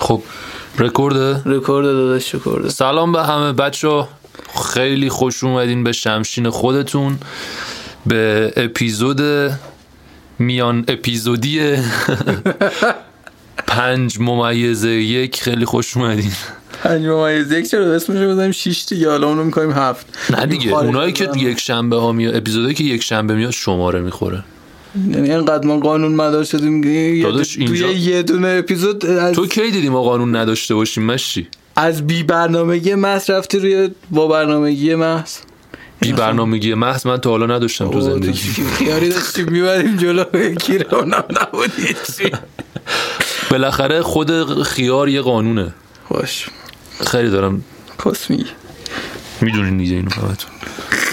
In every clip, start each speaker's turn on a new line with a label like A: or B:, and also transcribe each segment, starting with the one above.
A: خب رکورد
B: رکورد داداش رکورد
A: سلام به همه بچه خیلی خوش اومدین به شمشین خودتون به اپیزود میان اپیزودی پنج ممیز یک خیلی خوش اومدین
B: پنج ممیز یک چرا اسمشو بزنیم شیش دیگه حالا اونو میکنیم هفت
A: نه دیگه
B: خارج
A: اونایی که
B: شدن.
A: یک شنبه ها میاد اپیزودی که یک شنبه میاد شماره میخوره
B: یعنی اینقدر ما قانون مدار شدیم که یه-
A: داداش، اینجا-
B: توی یه دونه اپیزود از,
A: تو کی دیدی ما قانون نداشته باشیم مشتی
B: از بی برنامگی محض رفتی روی با برنامگی محض
A: بی برنامگی محض من تا حالا نداشتم تو زندگی
B: یاری داشتیم میبریم جلو یکی رو اونم نبود هیچی.
A: بالاخره خود خیار یه قانونه
B: خوش
A: خیلی دارم
B: کس میگی
A: میدونین دیگه اینو همتون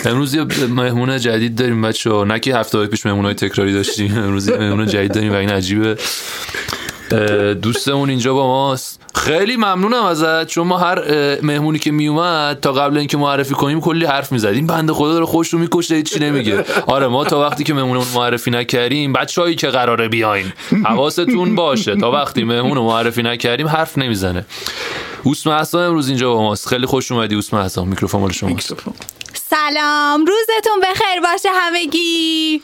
A: امروز یه مهمون جدید داریم بچه ها نه که هفته های پیش مهمون های تکراری داشتیم امروز یه مهمون جدید داریم و این عجیبه اه، دوستمون اینجا با ماست خیلی ممنونم ازت چون ما هر اه، مهمونی که میومد تا قبل اینکه معرفی کنیم کلی حرف میزدیم بنده خدا داره خوش رو میکشه چی نمیگه آره ما تا وقتی که مهمونمون معرفی نکردیم بچه‌ای که قراره بیاین حواستون باشه تا وقتی مهمون رو معرفی نکردیم حرف نمیزنه اوسم حسام امروز اینجا با ماست خیلی خوش اومدی اوسم حسام میکروفون مال شماست
C: سلام روزتون بخیر باشه همگی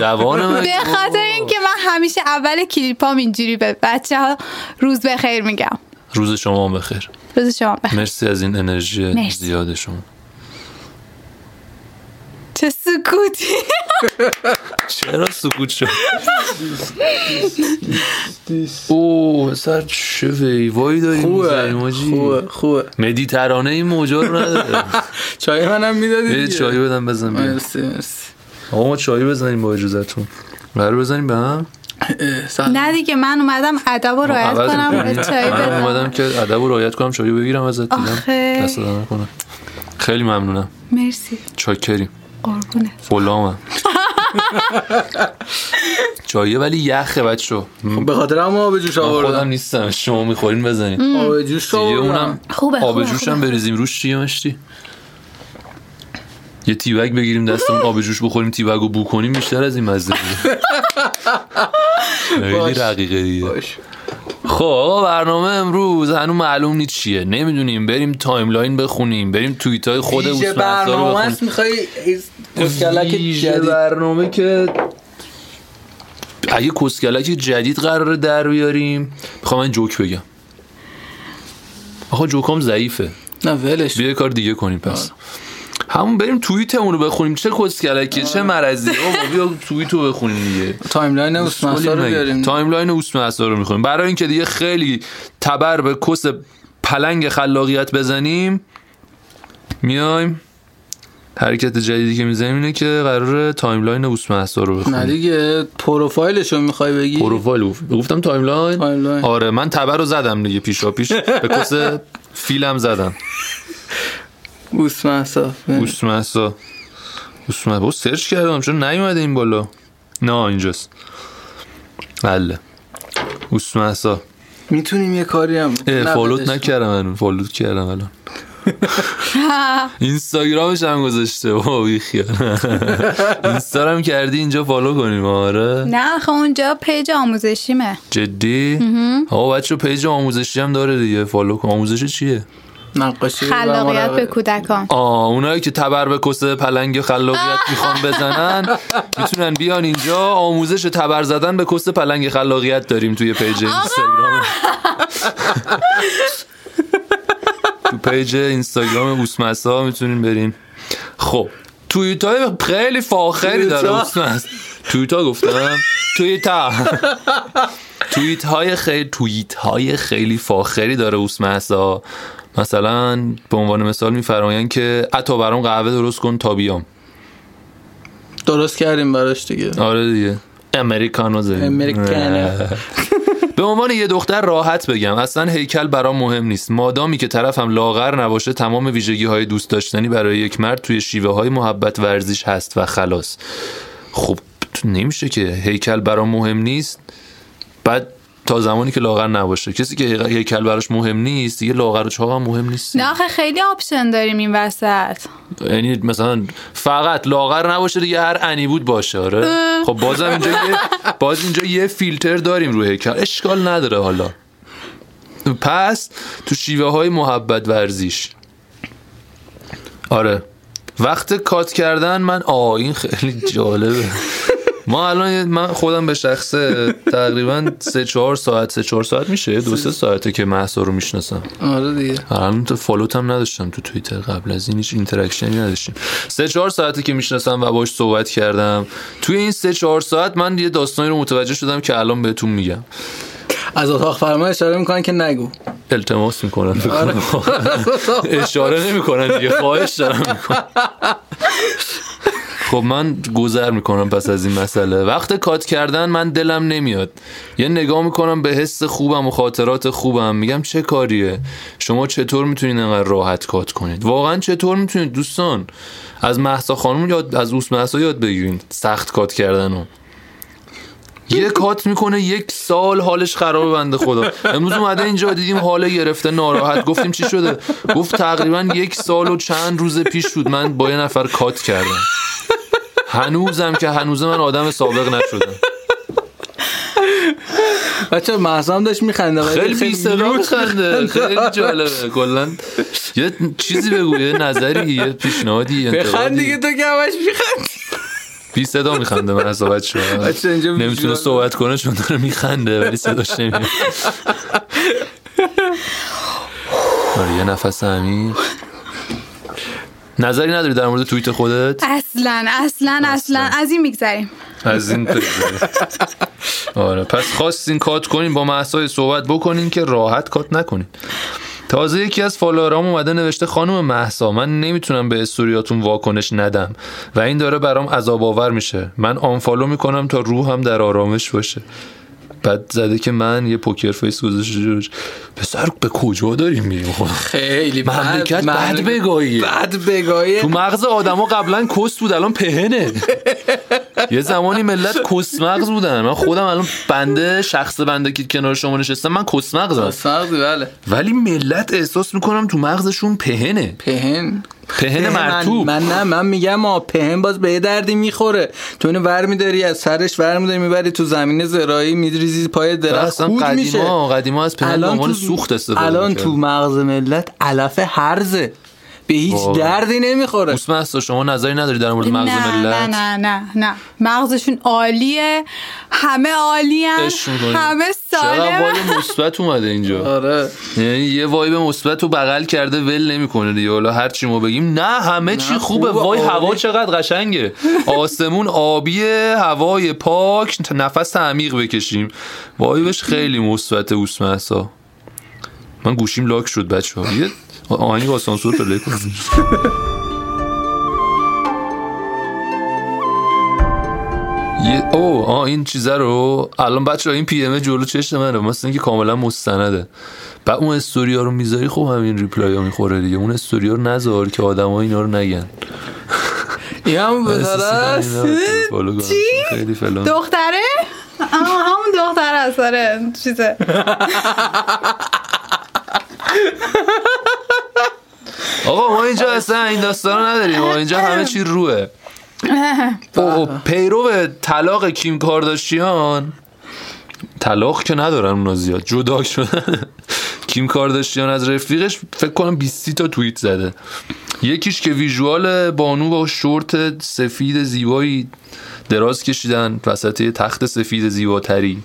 A: جوان من
C: به خاطر اینکه من همیشه اول کلیپام اینجوری به بچه ها روز بخیر میگم
A: روز شما هم بخیر
C: روز شما بخیر
A: مرسی از این انرژی
C: مرسی.
A: زیاد شما
C: چه سکوتی
A: چرا سکوت شد اوه سر چه ویوایی داری می‌زنی،
B: خوبه
A: ماجی؟
B: خوبه خوبه
A: مدی ترانه این موجا رو نداره
B: چای منم میدادی
A: یه
B: دیگه.
A: چایی بدم بزن بیا
B: مرسی مرسی
A: آقا ما چایی بزنیم با اجازتون قرار بزنیم به هم
B: اه، سلام.
C: نه دیگه من اومدم ادب رو رعایت
A: عوض
C: کنم
A: می‌کنی؟
C: به چای
A: من اومدم
C: بدم
A: که ادب رو رعایت کنم چایی بگیرم ازت دیدم
C: آخه.
A: دست دادن نکنم خیلی ممنونم
C: مرسی
A: چاکریم
C: قربونت
A: غلامم چایه ولی یخه بچه
B: به خاطر هم آب جوش
A: خودم
B: آوردم
A: نیستم شما میخورین بزنین دیگه
B: آب جوش
A: اونم
B: آوردم
C: خوبه،
A: آب
C: خوبه،
A: جوش
C: خوبه.
A: هم بریزیم روش چیه مشتی یه تیبگ بگیریم دستمون آب جوش بخوریم تیبگ رو بو کنیم بیشتر از این مزه میده. خیلی
B: باش.
A: رقیقه دیگه
B: باش.
A: خب آقا برنامه امروز هنوز معلوم نیست چیه نمیدونیم بریم تایملاین بخونیم بریم توییت های خود
B: ویژه
A: اوسمه احسا رو
B: برنامه
A: بخونیم
B: است میخوای از- اسکلک
A: ویژه
B: جدید
A: برنامه که اگه کسکلک جدید قراره در بیاریم میخوام من جوک بگم آخه جوکام ضعیفه
B: نه ولش
A: بیا یه کار دیگه کنیم پس همون بریم توییتمون رو بخونیم چه کسکلکه چه مرضی بابا بیا توییت رو بخونیم دیگه
B: تایملاین اوسمسا رو
A: مگه.
B: بیاریم
A: تایملاین اوسم رو میخونیم برای اینکه دیگه خیلی تبر به کس پلنگ خلاقیت بزنیم میایم حرکت جدیدی که میزنیم اینه که قرار تایملاین اوسم رو
B: نه
A: بخونیم
B: دیگه پروفایلش رو میخوای بگی
A: پروفایل گفت- گفتم تایملاین
B: تایملاین.
A: آره من تبر رو زدم دیگه پیشا پیش به کس فیلم زدم
B: اوسمسا
A: اوسم اسا اوسم با سرچ کردم چون نیومده این بالا نه اینجاست بله اوسم اسا
B: میتونیم یه کاری هم
A: اه،
B: نه،
A: فالوت
B: ولش.
A: نکردم من فالوت کردم الان اینستاگرامش هم گذاشته بابا بی خیال اینستا رو هم کردی اینجا فالو کنیم آره
C: نه خب اونجا پیج آموزشیمه
A: جدی آقا بچه پیج آموزشی هم داره دیگه فالو کن آموزش چیه
B: نقاشی و
C: خلاقیت
B: مراقبه.
C: به کودکان
A: آه اونایی که تبر به کس پلنگ خلاقیت میخوان بزنن میتونن بیان اینجا آموزش تبر زدن به کس پلنگ خلاقیت داریم توی پیج اینستاگرام تو پیج اینستاگرام اوسمسا میتونین برین خب توییت های خیلی فاخری
B: توییتا.
A: داره اوسمس توییت ها گفتم توییت ها توییت های خیلی توییت های خیلی فاخری داره اوسمسا مثلا به عنوان مثال میفرمایند که عطا برام قهوه درست کن تا بیام
B: درست کردیم براش دیگه
A: آره دیگه امریکانو زدیم
B: امریکانو.
A: به عنوان یه دختر راحت بگم اصلا هیکل برام مهم نیست مادامی که طرفم لاغر نباشه تمام ویژگی های دوست داشتنی برای یک مرد توی شیوه های محبت ورزش هست و خلاص خب نمیشه که هیکل برام مهم نیست بعد تا زمانی که لاغر نباشه کسی که هیکل- هیکل براش مهم نیست دیگه لاغر و چاق هم مهم نیست
C: نه آخه خیلی آپشن داریم این وسط
A: یعنی مثلا فقط لاغر نباشه دیگه هر انی بود باشه آره خب بازم اینجا یه باز اینجا یه فیلتر داریم روی هیکل اشکال نداره حالا پس تو شیوه های محبت ورزیش آره وقت کات کردن من آه این خیلی جالبه ما الان یه- من خودم به شخصه تقریبا سه چهار ساعت سه چهار ساعت میشه دو سه ساعته که محسا رو میشناسم
B: آره دیگه
A: الان تو فالوت هم نداشتم تو توییتر قبل از این هیچ اینتراکشنی نداشتیم سه چهار ساعته که میشناسم و باش صحبت کردم توی این سه چهار ساعت من یه داستانی رو متوجه شدم که الان بهتون میگم
B: از اتاق فرما اشاره میکنن که نگو
A: التماس میکنم اشاره نمیکنن دیگه خواهش دارم میکنم خب من گذر میکنم پس از این مسئله وقت کات کردن من دلم نمیاد یه نگاه میکنم به حس خوبم و خاطرات خوبم میگم چه کاریه شما چطور میتونید انقدر راحت کات کنید واقعا چطور میتونید دوستان از محسا خانم یاد از اوس محسا یاد بگیرین سخت کات کردن رو یه کات میکنه یک سال حالش خرابه بنده خدا امروز اومده اینجا دیدیم حال گرفته ناراحت گفتیم چی شده گفت تقریبا یک سال و چند روز پیش بود من با یه نفر کات کردم هنوزم که هنوز من آدم سابق نشدم
B: بچه محسا هم داشت میخنده
A: خیلی بی صدا بخنده خیلی جالبه کلا یه چیزی بگو یه نظری یه پیشنهادی یه
B: بخند دیگه
A: انتقادی
B: تو که همش میخند
A: بی صدا میخنده من از بچه
B: بچه اینجا
A: نمیتونه
B: ویژوال.
A: صحبت کنه چون داره میخنده ولی صداش نمیاد آره یه نفس عمیق نظری نداری در مورد توییت خودت
C: اصلا اصلا اصلا از این میگذریم
A: از این بگذره. آره پس خواستین کات کنین با محسای صحبت بکنین که راحت کات نکنین تازه یکی از فالوورام اومده نوشته خانم محسا من نمیتونم به استوریاتون واکنش ندم و این داره برام عذاب آور میشه من آنفالو میکنم تا روحم در آرامش باشه بعد زده که من یه پوکر فیس گذاشته جلوش پسر به کجا داریم میریم خب
B: خیلی بد
A: مملکت بد بگاهیه.
B: بد بگاهیه
A: تو مغز آدما قبلا کست بود الان پهنه یه زمانی ملت کست مغز بودن من خودم الان بنده شخص بنده که کنار شما نشستم من کست مغزم
B: سخت بله
A: ولی ملت احساس میکنم تو مغزشون پهنه
B: پهن
A: پهن
B: پهن
A: مرتوب
B: من, من نه من میگم ما پهن باز به یه دردی میخوره تو اینو ور میداری از سرش ور میداری میبری تو زمین زراعی میریزی پای درخت
A: اصلا
B: خود میشه
A: قدیما قدیما از پهن به عنوان سوخت استفاده
B: الان
A: می‌کردن.
B: تو مغز ملت علف هرزه به هیچ
A: واقعا.
B: دردی نمیخوره
A: بوس مهسا، شما نظری نداری در مورد مغز
C: نه نه
A: ملت
C: نه نه نه مغزشون عالیه همه عالیان
A: عشق می‌کنی.
C: همه
A: چقدر
C: سالم
A: وایب مثبت اومده اینجا
B: آره
A: یعنی یه وایب مثبت رو بغل کرده ول نمیکنه دیگه حالا هر چی ما بگیم نه همه چی خوبه آره.
B: خوبه،
A: وای
B: عالی.
A: هوا چقدر قشنگه آسمون آبیه هوای پاک نفس عمیق بکشیم وایبش خیلی مثبت اوس مهسا. من گوشیم لاک شد بچه ها یه آهنگ با سانسور پلی کن یه او آ این چیزه رو الان بچه این پی ام جلو چشم منه مثل اینکه کاملا مستنده و اون استوریا رو میذاری خب همین ریپلای ها میخوره دیگه اون استوریا رو نذار که آدمای اینا رو نگن
B: این هم به طرف-
A: احساس می‌کنم اینا رو فالو کنم. خیلی فلان
C: دختره آه، همون دختر است آره چیزه
A: آقا ما اینجا اصلا این داستان رو نداریم ما اینجا همه چی روه او پیرو طلاق کیم کارداشیان طلاق که ندارن اونا زیاد جدا شدن کیم کارداشیان از رفیقش فکر کنم 20 تا توییت زده یکیش که ویژوال بانو با شورت سفید زیبایی دراز کشیدن وسط یه تخت سفید زیباتری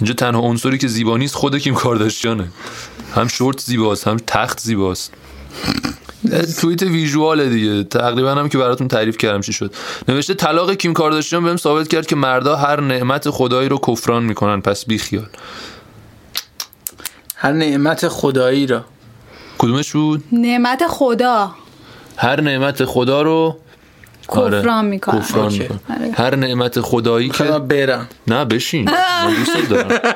A: اینجا تنها عنصری که زیبا نیست خود کیم کارداشیانه هم شورت زیباست هم تخت زیباست توییت ویژواله دیگه تقریبا هم که براتون تعریف کردم چی شد نوشته طلاق کیم کارداشیان بهم ثابت کرد که مردا هر نعمت خدایی رو کفران میکنن پس بی خیال
B: هر نعمت خدایی را
A: کدومش بود
C: نعمت خدا
A: هر نعمت خدا رو آره،
C: کفران میکنه
A: کفران
B: اوکی.
A: می‌کنن. هر نعمت خدایی که
B: که برم
A: نه بشین من دوستت دارم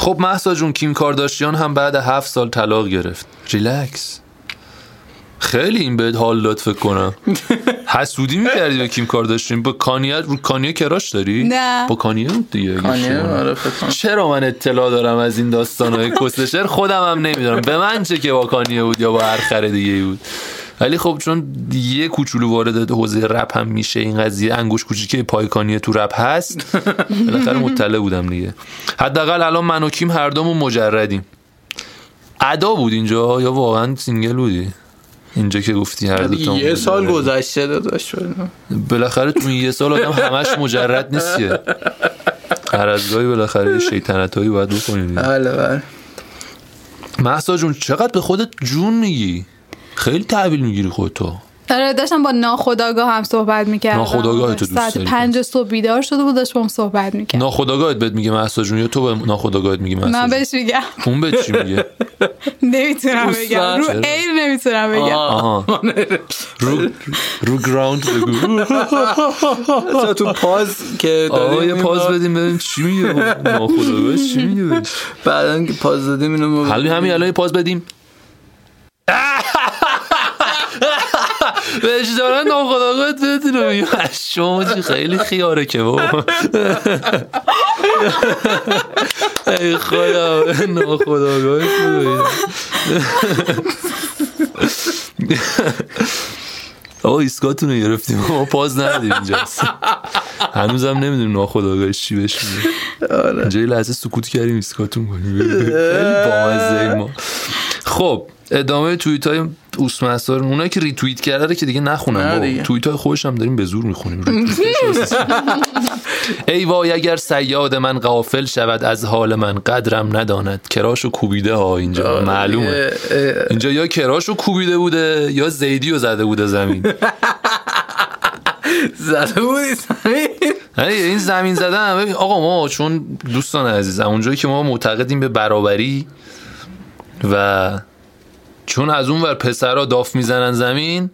A: خب محسا جون کیم کارداشیان هم بعد هفت سال طلاق گرفت ریلکس خیلی این بهت حال داد فکر کنم حسودی میکردی به کیم کارداشیان با کانیه رو کانیه کراش داری
C: نه.
A: با کانیه بود دیگه اگه
B: آنیه،
A: اشتباه
B: آره فکر کنم.
A: چرا من اطلاع دارم از این داستان های کسلشر خودم هم نمیدونم به من چه که با کانیه بود یا با هر خر دیگه بود ولی خب چون یه کوچولو وارد حوزه رپ هم میشه این قضیه انگوش کوچیکه پایکانی تو رپ هست بالاخره مطلع بودم دیگه حداقل الان من و کیم هر دومون مجردیم ادا بود اینجا یا واقعا سینگل بودی اینجا که گفتی هر دو
B: یه سال گذشته داداش بله، شد
A: بالاخره تو این یه سال آدم همش مجرد نیستیه هر از گاهی بالاخره یه شیطنتایی باید بکنیم
B: بله بله
A: محسا جون چقدر به خودت جون میگی خیلی تحویل میگیری خودتو
C: آره داشتم با ناخداگاه هم صحبت میکردم
A: ناخودآگاهت رو دوست
C: ساعت
A: داری.
C: پنج صبح بیدار شده بود داشت با هم صحبت میکرد
A: ناخداگاهت بهت میگه محسا جون یا تو به ناخداگاهت میگی محسا
C: من
A: جون
C: بهش میگم
A: اون به چی میگه
C: نمیتونم
B: دوست
C: بگم
B: دارم.
C: رو
A: چرا؟
C: ایر نمیتونم بگم
A: آها رو رو گراوند بگو
B: مثلا تو پاز که
A: آقا
B: داریم
A: یه پاز
B: اینو-
A: بدیم ببین چی میگه ناخداگاهش چی میگه بهش
B: بعدا که پاز دادیم اینو ما-
A: حالا همین الان یه پاز بدیم بهش دارن ناخداگاهت بدین رو میگه شما چی خیلی خیاره که بابا ای خدا ناخداگاهت بدین. آقا ایستگاهتون رو گرفتیم ما پاز ندیم اینجاست هنوزم نمیدونیم ناخداگاهش چی بهش میگه
B: آره.
A: اینجا یه لحظه سکوت کردیم ایستگاهتون کنیم خیلی بامزه ما خب ادامه توییت های اوسمسار اونایی که ریتوییت کرده رو که دیگه
B: نه
A: نخونم
B: دیگه.
A: بابا توییت های خودش هم داریم به زور میخونیم ای وای اگر سیاد من غافل شود از حال من قدرم نداند کراشو کوبیده ها
B: آره
A: اینجا معلومه
B: اه، اه،
A: اینجا یا کراشو کوبیده بوده یا زیدیو زده بوده زمین
B: زده بودی سمین
A: آره، این زمین زدن ببین، آقا ما چون دوستان عزیزم اونجایی که ما معتقدیم به برابری و چون از اون ور پسرا داف میزنن زمین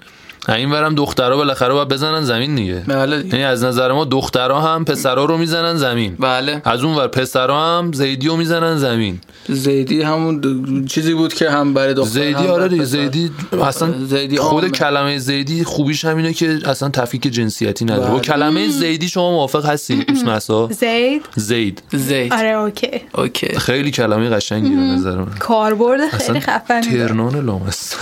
A: از این ورم دخترها بالاخره باید بزنن زمین دیگه
B: بله دیگه.
A: یعنی از نظر ما دخترها هم پسرا رو میزنن زمین
B: بله
A: از اون ور پسرا هم زیدی رو میزنن زمین
B: زیدی همون دو- چیزی بود که هم برای دختر
A: زیدی
B: هم
A: آره
B: برای
A: دیگه،
B: پسر.
A: زیدی اصلا
B: آره، زیدی
A: خود
B: عامه.
A: کلمه زیدی خوبیش همینه که اصلا تفکیک جنسیتی نداره
B: بله.
A: با کلمه زیدی شما موافق هستی مسا
C: زید
A: زید
B: زید
C: آره اوکی
B: اوکی
A: خیلی کلمه قشنگی به نظر من
C: کاربرد خیلی خفن
A: ترنان لامست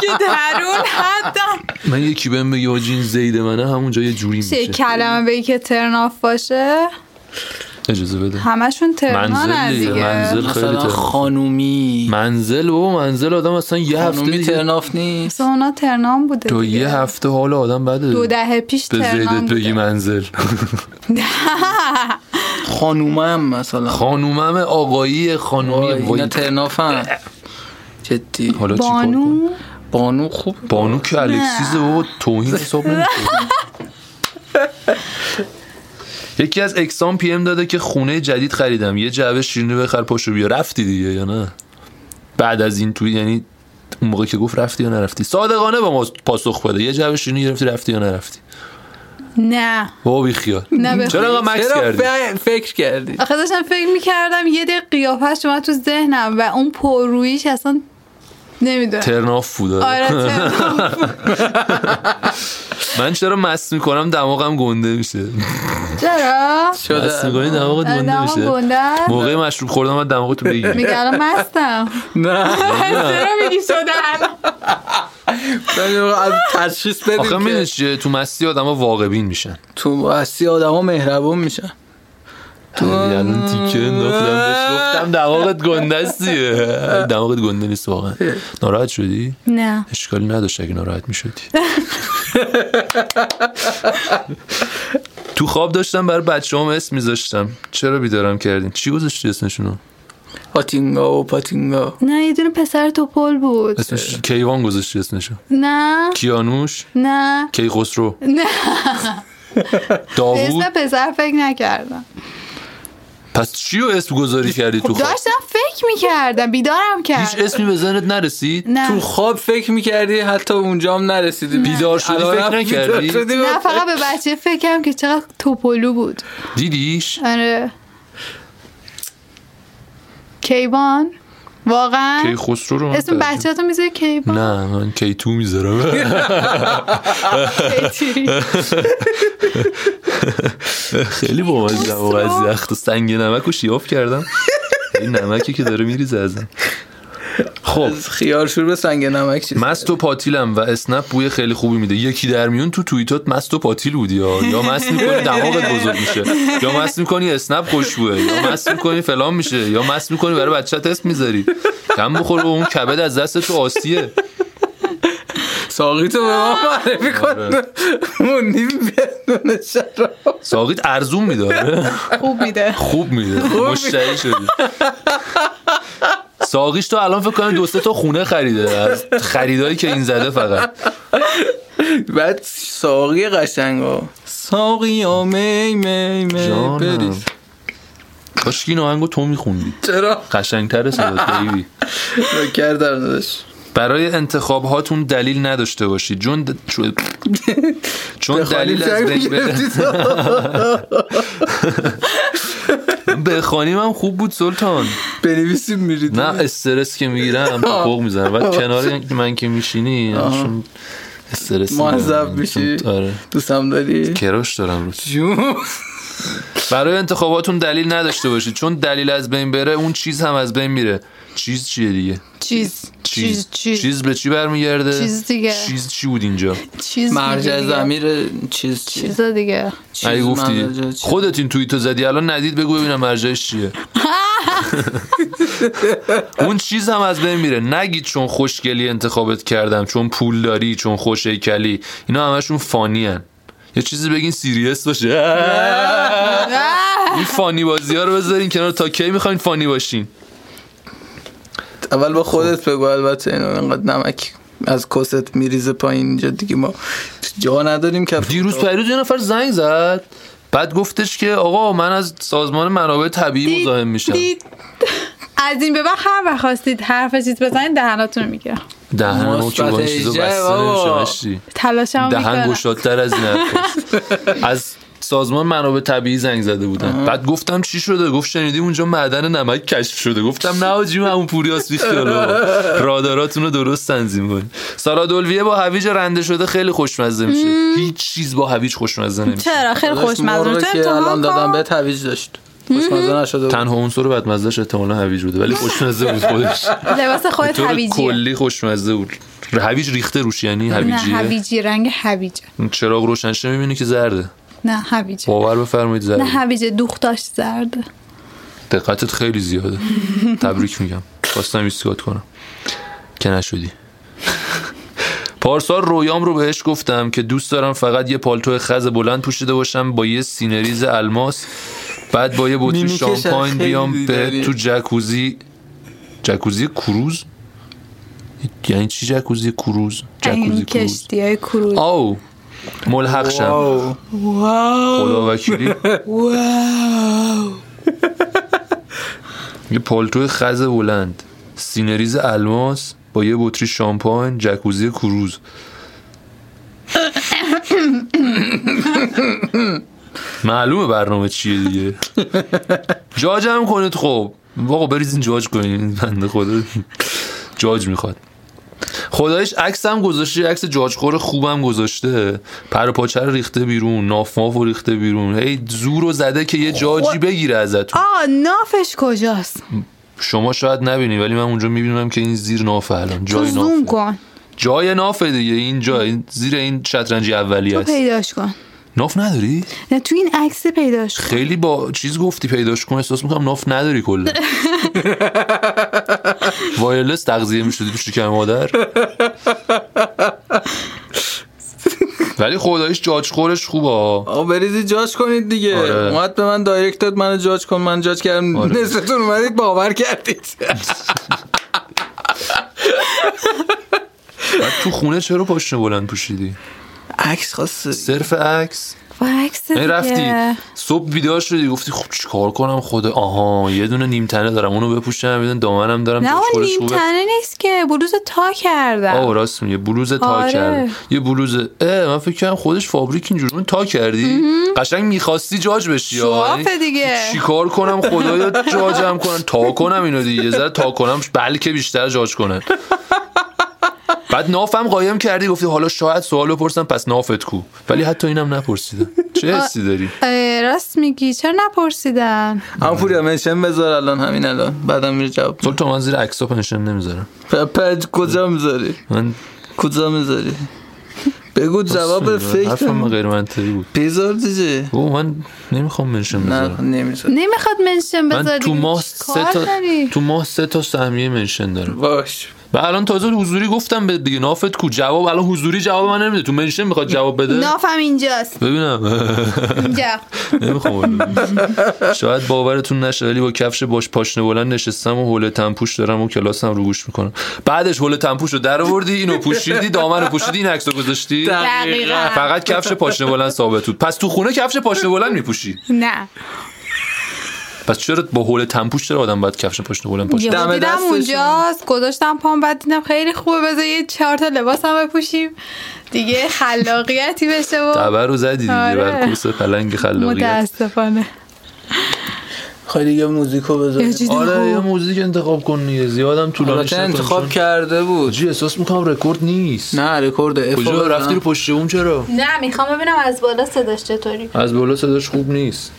C: که درون حتی
A: من یکی بهم بگه آجی این زید منه همونجا یه جوری
C: چه
A: میشه
C: کلمه بگی که ترناف باشه
A: اجازه بده
C: همشون ترنان
A: منزل دیگه،
C: دیگه
A: منزل. خیلی
B: مثلا
A: ترناف.
B: خانومی
A: منزل بابا منزل آدم اصلا یه هفته
B: خانومی
A: دیگه-
B: ترناف نیست
C: مثلا اونا ترنام بوده
A: تو
C: دیگه.
A: یه هفته حال آدم بده
C: دو دهه پیش
A: به
C: ترنام
A: زیدت بگی
C: بوده
A: منزل
B: خانومم مثلا
A: خانومم آقایی
B: وای،
A: خانومی
B: اینا
A: وای.
B: ترنافن جدی
A: حالا چی کار کنم؟
C: بانو
B: بانو خوب
A: بانو که الکسیز بابا توهین حساب نمی‌کنه. یکی از اکسام پی ام داده که خونه جدید خریدم یه جعبه شیرینی بخر پاشو بیا رفتی دیگه یا نه بعد از این توی یعنی اون موقع که گفت رفتی یا نرفتی صادقانه با ما پاسخ بده یه جعبه شیرینی گرفتی رفتی یا نرفتی
C: نه
A: بابا بی خیال
C: نه بخیر.
A: چرا اینقدر مکس
B: چرا
A: کردی
B: ف- فکر کردی
C: آخه داشتم فکر میکردم یه دقیقه قیافش شما تو ذهنم و اون پررویش اصلا نمیدونم
A: ترناف بوده
C: آره ترنام.
A: من چرا مست میکنم دماغم گنده میشه
C: چرا؟
A: مست
B: شده
A: میکنی دماغت گنده
C: دماغ
A: میشه
C: گنده است؟
A: موقع مشروب خوردن من دماغ تو بگیری
C: میگه الان مستم
B: نه
C: چرا میگی شده الان؟
B: یعنی از تشخیص
A: آخه
B: بدیم
A: میدونی
B: که
A: چیه تو مستی آدما واقعبین میشن
B: تو هستی آدما مهربون میشن
A: علی یعنی الان تیکه انداختم بهش گفتم دماغت گندستیه دماغت گنده نیست واقعا ناراحت شدی
C: نه
A: اشکالی نداشت اگه ناراحت میشدی تو خواب داشتم برای بچه هم اسم میذاشتم چرا بیدارم کردین چی گذاشتی اسمشونو
B: پاتینگا و پاتینگا
C: نه یه دونه پسر توپل بود
A: اسمش کیوان گذاشتی اسمشو
C: نه
A: کیانوش
C: نه
A: کیخسرو
C: نه به
A: داوود
C: اسم پسر فکر نکردم
A: پس چی رو اسم گذاری کردی تو خواب
C: داشتم فکر میکردم بیدارم
A: هیچ
C: کرد
A: اسمی به ذهنت نرسید
C: نه
B: تو خواب فکر میکردی حتی اونجا هم نرسیدی
A: بیدار شدی،
B: الان
A: فکر
B: رفت بیدار
A: نکردی؟
B: شدی و-
C: نه فقط به بچه فکرم که چقدر توپلو بود
A: دیدیش
C: آره کیوان واقعا
A: کیخسرو رو من
C: اسم
A: ترجمه
C: بچه تو میذاری کیوان
A: نه من کی تو میذارم
C: کیتی.
A: خیلی با من
C: کیخسرو.
A: از یخت و سنگ نمک رو شیاف کردم این نمکی که داره میریزه ازم خب
B: از خیار شور به سنگ نمک چیز
A: مست و پاتیلم و اسنپ بوی خیلی خوبی میده یکی در میون تو توییتات مست و پاتیل بودی ها. یا مست میکنی دماغت بزرگ میشه یا مست میکنی اسنپ خوشبوه یا مست میکنی فلان میشه یا مست میکنی برای بچه تست میذاری کم بخور و اون کبد از دست تو آسیه
B: ساقی تو به ما معرفی کن
A: آره.
B: موندیم بدون شراب
A: ساقیت ارزون میداره
C: خوب میده
A: خوب میده مشتری شدی ساقیش تو الان فکر کنم دو سه تا خونه خریده از خریدایی که این زده فقط
B: بعد ساقی قشنگا ساقی ها می می می
A: جانم
B: بریز
A: کاش که این آهنگو تو میخوندی
B: چرا
A: قشنگتر صدات بیبی
B: نکر در داشت
A: برای انتخاب هاتون دلیل نداشته باشید چون د- چون- چون دلیل از بین بره بخوانیم هم خوب بود سلطان
B: بنویسیم میرید
A: نه استرس که میگیرم فوق میزنم بعد کنار من که میشینی چون استرس
B: معذب
A: می‌گیرم.
B: میشی
A: چون- آره
B: دوستم داری
A: کراش دارم روت
B: جون
A: برای انتخاباتون دلیل نداشته باشید چون دلیل از بین بره اون چیز هم از بین میره چیز چیه دیگه
C: چیز
A: چیز
C: چیز چیز
A: چیز به چی برمیگرده
C: چیز دیگه.
A: چیز چی بود اینجا
C: چیز
B: مرجع
C: دیگه.
B: زمیر چیز چیز
C: چیزا دیگه
A: اگه گفتی
B: مرجع چیز.
A: خودت این توییتو زدی الان ندید بگو ببینم مرجعش چیه اون چیز هم از بین میره نگید چون خوشگلی انتخابت کردم چون پول داری چون خوش هیکلی اینا همشون فانی هن. یه چیزی بگین سیریس باشه این فانی بازی ها رو بذارین کنار تا کی میخواین فانی باشین
B: اول با خودت بگو البته اینو انقدر نمک از کست میریزه پایین اینجا دیگه ما جا نداریم که
A: دیروز پریروز یه نفر زنگ زد بعد گفتش که آقا من از سازمان منابع طبیعی مزاحم میشم
C: دید. از این به بعد هر وقت خواستید حرف چیز بزنید دهناتون رو میگیرم
A: دهنمو که با این چیزا
B: مثبت
A: بسته
B: هجده
A: نمیشه
B: بابا.
A: مشتی.
C: تلاشمو
A: دهن
C: میکنم
A: گشادتر از این حرف از سازمان منابع طبیعی زنگ زده بودن بعد گفتم چی شده گفت شنیدی اونجا معدن نمک کشف شده گفتم نه آجی همون پوری آس بیخ راداراتون رو درست تنظیم کن سارا دلویه با هویج رنده شده خیلی خوشمزه میشه هیچ چیز با هویج خوشمزه نمیشه
C: چرا خیلی خوشمزه
B: مرغ
C: تو
B: که الان دادم
C: امتحان کن
B: به تویج داشت خوشمزه نشده بود.
A: تنها عنصر بدمزهش احتمالا هویج بوده ولی خوشمزه بود خودش
C: لباس
A: به
C: خودت
A: طور
C: هویجیه
A: کلی خوشمزه بود هویج ریخته روش یعنی
C: نه
A: هویجیه
C: هویجی رنگ هویجه
A: چراغ روشنشه میبینی که زرده
C: نه هویجه
A: باور بفرمایید
C: نه
A: زرده
C: هویجه دوختاش زرده
A: دقتت خیلی زیاده تبریک میگم خواستم ایستگاد کنم که نشدی پارسال رویام رو بهش گفتم که دوست دارم فقط یه پالتو خز بلند پوشیده باشم با یه سینریز الماس بعد با یه بطری
B: میمیکش از
A: شامپاین
B: خیلی
A: بیام
B: دیدنی.
A: به تو جکوزی جکوزی کروز یعنی چی جکوزی کروز
C: این
A: جکوزی کروز
C: کشتی های کروز
A: آو ملحق شم
B: واو
A: خدا وکیلی
B: واو
A: یه پالتو خز بلند سینریز الماس با یه بطری شامپاین جکوزی کروز معلومه برنامه چیه دیگه جاجم کنید خب آقا بریزین جاج کنین این بنده خدا جاج میخواد خدایش عکس هم گذاشته عکس جاج خور خوبم گذاشته پر و پاچه رو ریخته بیرون ناف ماف رو ریخته بیرون هی زور رو زده که یه جاجی بگیره ازتون
C: آ نافش کجاست
A: شما شاید نبینی ولی من اونجا میبینم که این زیر نافه الان
C: تو
A: جای
C: زوم
A: نافه
C: کن
A: جای نافه دیگه این جای این زیر این شطرنجی اولی
C: تو
A: است
C: پیداش کن
A: ناف نداری
C: نه تو این عکس پیداش کن
A: خیلی با چیز گفتی پیداش کن احساس میکنم ناف نداری کلا وایرلس تغذیه میشدی تو شکم مادر ولی خدایش جاج خورش خوبه ها.
B: آقا بریزی جاج کنید دیگه
A: آره.
B: اومد به من دایرکت داد منو جاج کن من جاج کردم
A: آره.
B: نصفتون اومدید باور کردید
A: بعد تو خونه چرا پاشنه بلند پوشیدی
B: عکس خواسته
A: صرف عکس
C: و خب، عکس
A: یعنی
C: دیگه
A: رفتی صبح بیدار شدی گفتی خب چیکار کنم خدا آها یه دونه نیم تنه دارم اونو بپوشم یه دونه دامنم دارم
C: نه
A: جاش
C: اون
A: خورش
C: نیم
A: خوبه.
C: تنه نیست که بلوز تا
A: آه
C: کردم
A: راست میگه بلوز تا
C: آره.
A: کرد یه بلوز اه من فکر کردم خودش فابریک اینجوری بود. تا کردی قشنگ میخواستی جاج بشی آه.
C: شوافه
A: یعنی
C: دیگه.
A: چیکار کنم خدایا جاجم کنن تا کنم اینو دیگه یه ذره تا کنم بلکه بیشتر جاج کنن بعد نافم قایم کردی گفتی حالا شاید سوال بپرسم پس نافت کو ولی حتی اینم نپرسیدم چه حسی داری
C: اه، راست میگی چرا نپرسیدن
B: اما پوریا منشن یعنی بذار الان همین الان بعدم میره جواب
A: تو من زیر عکسا پنشن نمیذارم
B: پپج خب، کجا میذاری
A: من
B: کجا میذاری بگو جواب
A: حرفم
B: فکر
A: غیر منطقی بود
B: بیزار دیجه
A: بابا من نمیخوام منشن بذارم
B: نه نمیذاری
C: نمیخواد منشن
A: من
C: بذاری
A: تو ماه
C: کار
A: سه تا
C: داری؟
A: تو ماه سه تا سهمیه منشن دارم
B: باش
A: و الان تازه حضوری گفتم به دیگه نافت کو جواب الان حضوری جواب من نمیده تو منشن میخواد جواب بده
C: نافم اینجاست
A: ببینم
C: اینجا
A: نمیخوام شاید باورتون نشه ولی با کفش باش پاشنه بلند نشستم و حوله تنپوش دارم و کلاسم رو گوش میکنم بعدش حوله تنپوش رو در آوردی اینو پوشیدی دامن رو پوشیدی این عکس رو گذاشتی
C: دقیقاً.
A: فقط کفش پاشنه بلند ثابت بود پس تو خونه کفش پاشنه بلند میپوشی
C: نه
A: پس چرا با حوله تنپوش چرا آدم باید کفش پاشنه بلند پاشه
B: دم
C: یهو دیدم
B: دستشون.
C: اونجاست گذاشتم پام بعد دیدم خیلی خوبه بذار یه چهار تا لباسم بپوشیم دیگه خلاقیتی بشه و
A: تبر رو زدی دیگه
C: آره.
A: بر کوس پلنگ خلاقیت
C: متاسفانه
B: خیلی دیگه موزیکو
C: یه
B: بذاری
C: چیزی
A: آره یه
C: خوب.
A: موزیک انتخاب کن دیگه زیادم طولانی
B: البته
A: شد
B: آره، انتخاب کرده بود
A: جی احساس میکنم رکورد نیست
B: نه خب، رکورد اف
A: کجا رفتی رو پشت بوم چرا
C: نه میخوام ببینم از بالا صداش چطوری
A: از بالا صداش خوب نیست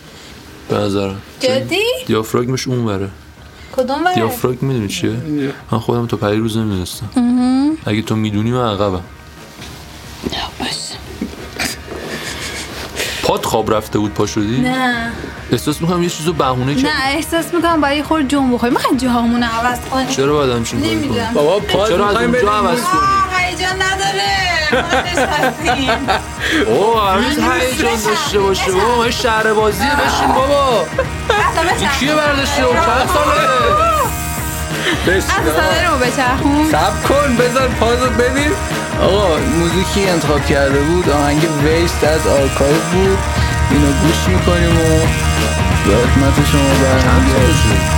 A: به نظرم
C: جدی
A: دیافراگمش اون وره
C: کدوم وره
A: دیافراگم میدونی چیه من خودم تا پریروز نمیدونستم اگه تو میدونی من عقبم پات خواب رفته بود پا شدی
C: نه
A: احساس میکنم یه چیزو بهونه کرد
C: نه احساس میکنم باید یه خورده جون بخوریم میخوای جاهامون رو عوض کنیم
A: چرا باید همچین کاری کنی
C: نمی‌دونم.
B: بابا پاس
A: چرا از
B: میخوایم
A: اونجا
B: بریم
A: عوض کنی
C: آه، هیجان نداره خودش هستیم.
A: اوه هنوز هیجان داشته باشه اوه این شهر بازیه بشین بابا
C: اصلا بچرخون.
A: کیه برداشته اون چند ساله
C: اصلا رو بچرخون
B: سب کن بذار پازو ببین آقا موزیکی انتخاب کرده بود آهنگ ویست از آرکایو بود اینو گوش میکنیم و به خدمت شما برمیگردیم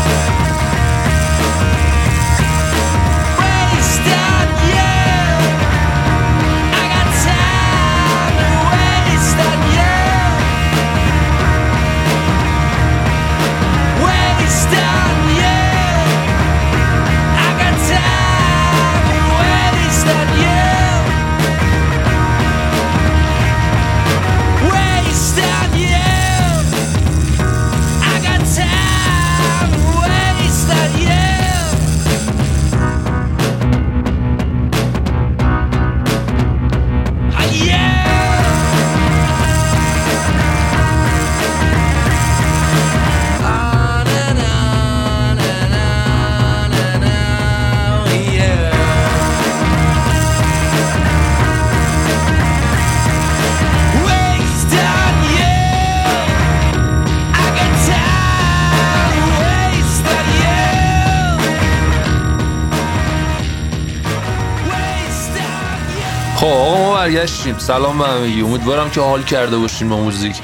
D: Yeah! Yeah! On and on and on and on, yeah. Waste on you. I got time. Waste on you. Waste on you.
A: خب آقا ما برگشتیم سلام به همگی امیدوارم که حال کرده باشین با موزیک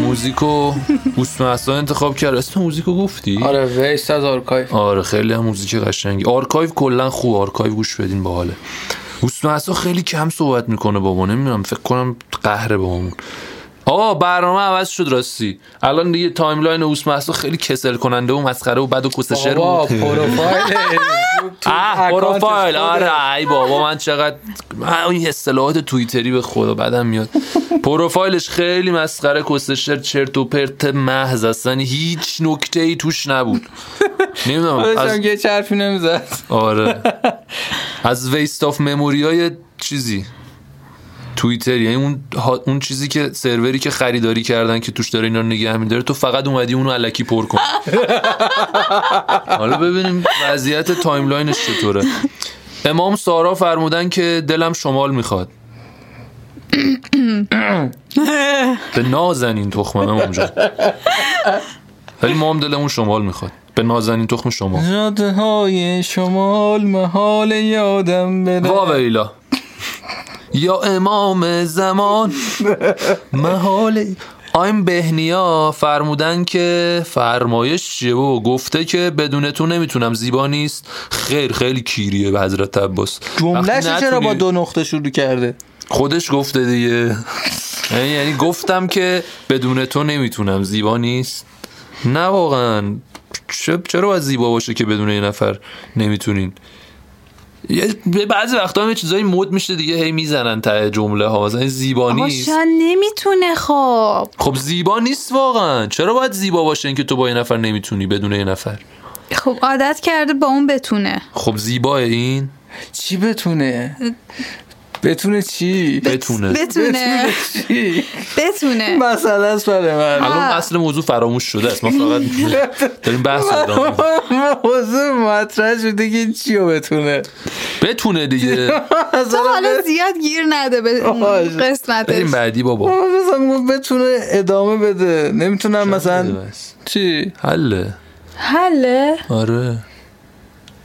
A: موزیکو بوست محسن انتخاب کرد اسم موزیکو گفتی
B: آره ویست از آرکایو
A: آره خیلی هم موزیک قشنگی آرکایو کلا خوب آرکایو گوش بدین با حاله محسا خیلی کم صحبت میکنه با ما نمیدونم فکر کنم قهره با همون آقا برنامه عوض شد راستی الان دیگه تایملاین اوسمحسا خیلی کسل کننده و مسخره و بد و کس شعر
B: بابا
A: بود.
B: پروفایل
A: اه پروفایل آره ای بابا من چقدر من این اصطلاحات توییتری به خدا بدم میاد پروفایلش خیلی مسخره کسشر چرت و پرت محض اصلا هیچ نکته ای توش نبود نمیدونم از
B: داشتم یه چرفی نمیزد
A: آره از ویست آف مموری های چیزی توییتر یعنی اون, ها- اون چیزی که سروری که خریداری کردن که توش داره اینا رو نگه میداره تو فقط اومدی اونو علکی پر کن حالا ببینیم وضعیت تایملاینش چطوره امام سارا فرمودن که دلم شمال میخواد به نازنین تخمم امام جان ولی ما هم دلمون شمال میخواد به نازنین تخم شما
B: جاده های شمال محال یادم
A: وا
B: بره
A: ویلا یا امام زمان محال آیم بهنیا فرمودن که فرمایش چیه و گفته که بدون تو نمیتونم زیبا نیست خیر خیلی کیریه به حضرت عباس
B: جملهش
A: وقتی
B: چرا با
A: نتونی-
B: دو نقطه شروع کرده
A: خودش گفته دیگه یعنی- یعنی گفتم که بدون تو نمیتونم زیبا نیست نه واقعا چه- چرا باید زیبا باشه که بدون یه نفر نمیتونین یه- به بعضی وقتا هم یه چیزایی مد میشه دیگه هی میزنن ته جمله ها مثلا این زیبا نیست
C: آشان نمیتونه خب
A: خب زیبا نیست واقعا چرا باید زیبا باشه اینکه تو با یه نفر نمیتونی بدون یه نفر
C: خب عادت کرده با اون بتونه
A: خب زیبا این
B: چی بتونه بتونه چی
A: بتونه
C: بتونه بله.
B: چی
C: بتونه
B: مسئله است برای من
A: الان اصل موضوع فراموش شده است ما فقط داریم بحث رو ادامه می‌دیم.
B: موضوع مطرح شده که این چی رو بتونه
A: بتونه دیگه
C: تو حالا زیاد گیر نده به اون
B: آش.
A: بریم
C: قسمتش
A: بعدی بابا
B: مثلا میگم بتونه ادامه بده نمیتونم مثلا چی
A: حله
C: حله
A: آره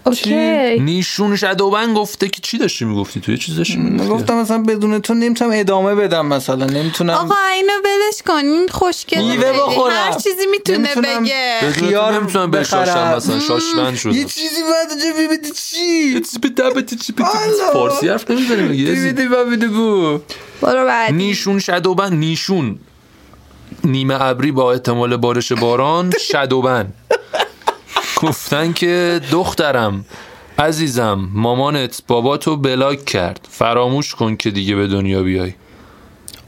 C: اوکی
A: نیشون شدوبن گفته که چی داشتی میگفتی تو یه چیز داشتی می‌گفتی؟
B: گفتم مثلا بدون تو نمیتونم ادامه بدم مثلا نمیتونم
C: آقا اینو ولش کن این خوشگل
B: میوه بخورم.
C: هر چیزی میتونه
B: نمیتونم
C: بگه
A: بدون تو
B: خیار
A: نمیتونم بهش شاشم
B: بخرم.
A: مثلا شاشمند
B: یه
A: شده
B: چیزی باید اونجا ببینی چی والا.
A: فارسی حرف نمیزنیم یه
B: بیبیدی بابیدی بو
C: برو بعدی
A: نیشون شدوبن نیشون نیمه ابری با احتمال بارش باران شدوبن گفتن که دخترم عزیزم مامانت باباتو بلاک کرد فراموش کن که دیگه به دنیا بیای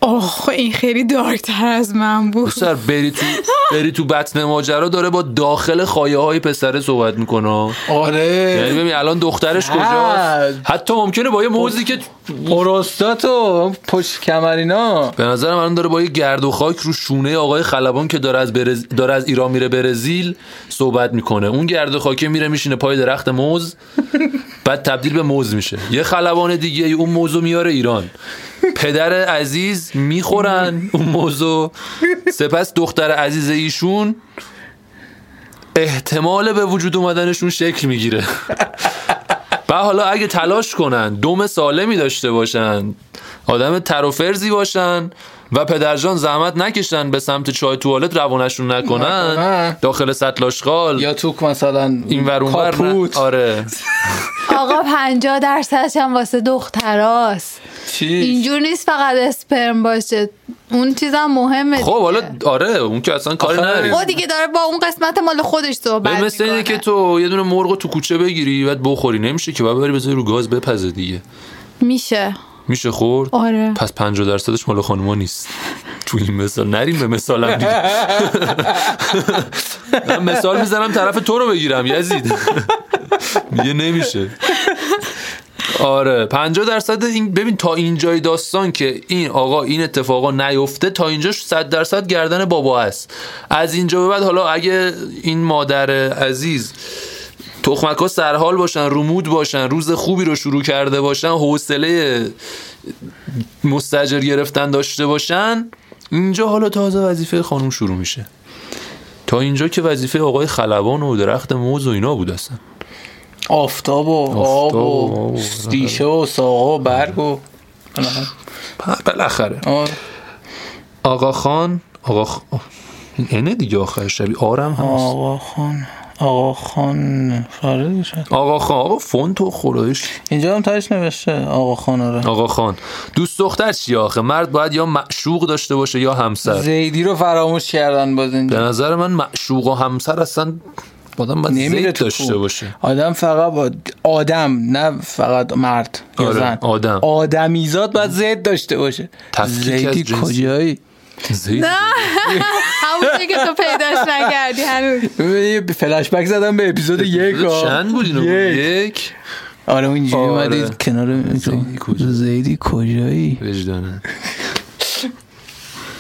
C: آخ این خیلی دارکتر از من بود
A: پسر بری تو بری تو بطن ماجرا داره با داخل خایه های پسره صحبت میکنه یعنی
B: آره
A: ببین الان دخترش
B: نه.
A: کجاست حتی ممکنه با یه موزی که
B: پروستاتو پشت کمرینا
A: به نظرم الان داره با یه گرد و خاک رو شونه آقای خلبان که داره از, برز... داره از ایران میره برزیل صحبت میکنه اون گرد و خاکه میره میشینه پای درخت موز بعد تبدیل به موز میشه یه خلبان دیگه اون موزو میاره ایران پدر عزیز میخورن اون موزو سپس دختر عزیز ایشون احتمال به وجود اومدنشون شکل میگیره و حالا اگه تلاش کنن دوم سالمی داشته باشن آدم تر و فرزی باشن و پدرجان زحمت نکشن به سمت چای توالت روانشون نکنن
B: نکنن.
A: داخل سطل آشغال
B: یا توک مثلا
A: این ور اون ور نه.
B: کاپوت
A: آره
C: آقا 50 درصدش هم واسه دختراست
B: چی
C: اینجور نیست فقط اسپرم باشه اون چیزم مهمه
A: خب
C: دیگه.
A: حالا آره اون که اصلا کاری
B: آخه
A: نداریم
C: او دیگه داره با اون قسمت مال خودش
A: به
C: صحبت
A: مثل اینه
C: میکنه
A: که تو یه دونه مرغ رو تو کوچه بگیری بعد بخوری نمیشه که بعد ببری بذاری رو گاز بپزه دیگه
C: میشه
A: میشه خورد
C: آره
A: پس 50 درصدش مال خانوما نیست تو این مثال نریم به مثالم دیگه من مثال میزنم طرف تو رو بگیرم یزید میگه نمیشه آره 50 درصد این ببین تا اینجای داستان که این آقا این اتفاقا نیفته تا اینجاش 100 درصد گردن بابا است از اینجا به بعد حالا اگه این مادر عزیز تخمک ها سرحال باشن رومود باشن روز خوبی رو شروع کرده باشن حوصله مستجر گرفتن داشته باشن اینجا حالا تازه وظیفه خانم شروع میشه تا اینجا که وظیفه آقای خلبان و درخت موز و اینا بود اصلا
B: آفتاب و آب
A: آفتاب و آب
B: و
A: و-
B: ریشه و ساقا و برگ و آه.
A: ب- بالاخره
B: آه.
A: آقا خان آقا خ... آه، این اینه دیگه آخر شبی آرم هست
B: آقا خان آقا خان آره دیگه شاید.
A: آقا خان آقا فونت و خورایش
B: اینجا هم تاش نوشته آقا خان آره
A: آقا خان دوست دختر چیه آخه مرد باید یا معشوق داشته باشه یا همسر
B: زیدی رو فراموش کردن باز
A: به
B: اینجا
A: نظر من معشوق و همسر اصلا آدم باید
B: نمیره
A: زید
B: تو
A: داشته
B: کو.
A: باشه
B: آدم فقط با آدم نه فقط مرد یا
A: آره،
B: زن
A: آدم.
B: آدمیزاد باید زید داشته باشه
A: تفکیک از
B: زیدی
A: جنسی.
B: کجایی
A: زید
C: همون چیزی که تو پیداش نکردی هنوز
B: یه فلش بک زدم به اپیزود یک آه.
A: چند بود اینو
B: یک.
A: یک
B: آره اونجوری
A: آره.
B: اومدی کنار
A: زیدی کجا؟
B: زیدی کجایی
A: وجدانه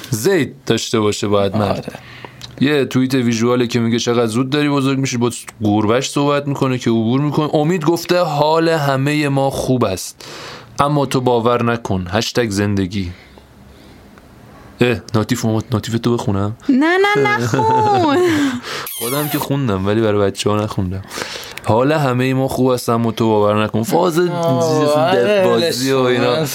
A: زید داشته باشه باید مرد
B: آره.
A: یه توییت ویژواله که میگه چقدر زود داری بزرگ میشی با گربش صحبت میکنه که عبور میکنه امید گفته حال همه ما خوب است اما تو باور نکن هشتگ زندگی اه ناتیف اومد. ناتیف تو بخونم
C: نه نه نخون
A: خودم که خوندم ولی برای بچه ها نخوندم حالا همه ما خوب است اما تو باور نکن فاز دپ بازی و اینا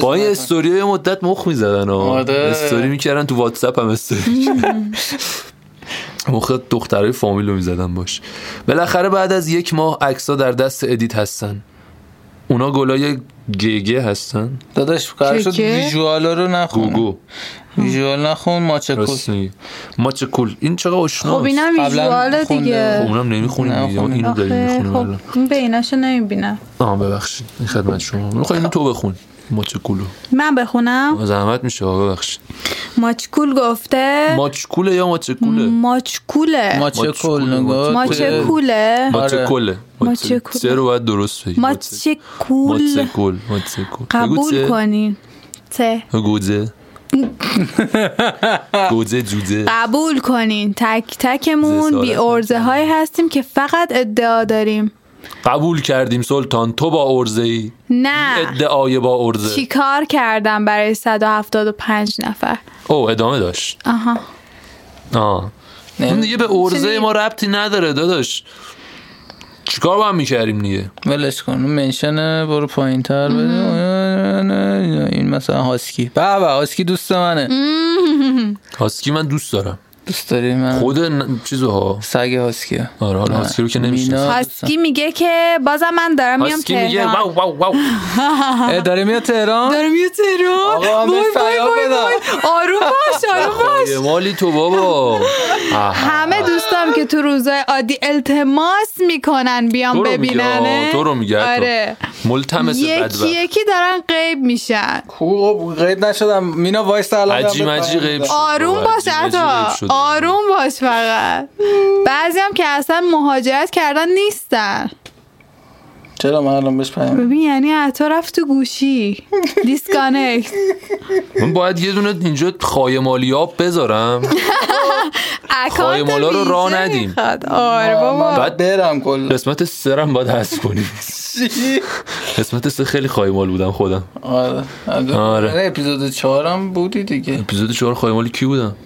A: با این استوری یه مدت مخ میزدن ها
B: آره.
A: استوری میکردن تو واتساپ هم استوری کردن. مخ دخترای فامیل رو میزدن باش بالاخره بعد از یک ماه عکس‌ها در دست ادیت هستن اونا گلای گگه هستن
B: داداش قرار شد
C: چه که؟
B: ویژوالا رو نخون
A: گوگو
B: ویژوال نخون ماچکو
A: راست میگی ماچ کول این چقدر
C: خب
A: آشناست
C: اینم
B: قبلا خونده
C: ویژواله
A: خب،
C: دیگه
A: اونم نمیخونیم
B: نه،
A: دیگه
B: خب،
A: اینو داریم
C: آخه
A: میخونیم
C: خب
A: الان
C: این بیناشو نمیبینم
A: آه ببخشید این خدمت شما میخوای اینو تو بخون ماچ کولو
C: من بخونم
A: زحمت میشه آه، ببخشید
C: ماچکول گفته
A: ماچ کوله یا ماچ کوله
C: ماچکوله
B: ماچکو
A: ماچکول،
B: نگاه
A: ماچکول.
C: ماچکوله
A: ماچ
B: آره.
A: کوله
C: ماچ کوله.
A: سه رو باید درست بگی
C: ماچکول
A: ماچ کول ماچ کول
C: قبول کنین ته
A: گوزه گوزه جوزه
C: قبول کنین تک
A: زسارت
C: تکمون بی ارزه هایی هستیم که فقط ادعا داریم
A: قبول کردیم سلطان تو با ارزه ای
C: نه
A: ادعای با ارزه
C: چیکار کردم برای 175 نفر
A: او ادامه داشت
C: آها
A: آه اون دیگه به ارزه ما ربطی نداره داداش چیکار با هم میکردیم دیگه
B: ولش کن اون منشن برو پایین تر بده این مثلا هاسکی به به هاسکی دوست منه
A: هاسکی من دوست دارم
B: دوست داری من
A: خود ن... چیزها
B: سگ هاسکی
A: آره حالا هاسکی رو که نمیشه
B: مینا.
C: هاسکی میگه که بازم من دارم میام
A: هاسکی میگه
C: تهران
A: واو واو واو
B: داره میاد تهران
C: دارم میام تهران
B: آقا، من
C: وای، وای،
B: فریاد
C: وای،
B: بدم.
C: وای. آروم باش آروم باش
A: آقای مالی تو بابا آه.
C: همه دوستام که تو روزای عادی التماس میکنن
A: تو
C: بیام
A: رو میگه،
C: ببینن
A: آه، تو رو میگه، تو.
C: آره
A: ملتمس
C: یکی
A: بدبخت خب،
C: یکی دارن غیب میشن
B: خوب غیب نشدم مینا وایس الان
A: عجی مجی غیب شد.
C: آروم
A: بابا،
C: باش
A: عجیب عجیب غیب
C: عطا
A: شده.
C: آروم باش فقط بعضی هم که اصلا مهاجرت کردن نیستن
B: چرا من الان بهش پیام
C: ببین یعنی عطا رفت تو گوشی دیسکانکت
A: من باید یه دونه اینجا خایمالیاب بذارم
C: اکانت
A: خایمالا رو راه
C: ویژه
A: ندیم.
C: میخواد. آره
B: من
C: بابا
B: باید برم کلا
A: قسمت سرم باید حذف کنیم
B: چی؟
A: قسمت سه خیلی خایمال بودم خودم
B: آره
A: آره.
B: آره اپیزود چهارم بودی دیگه
A: اپیزود چهار خایمال کی بودم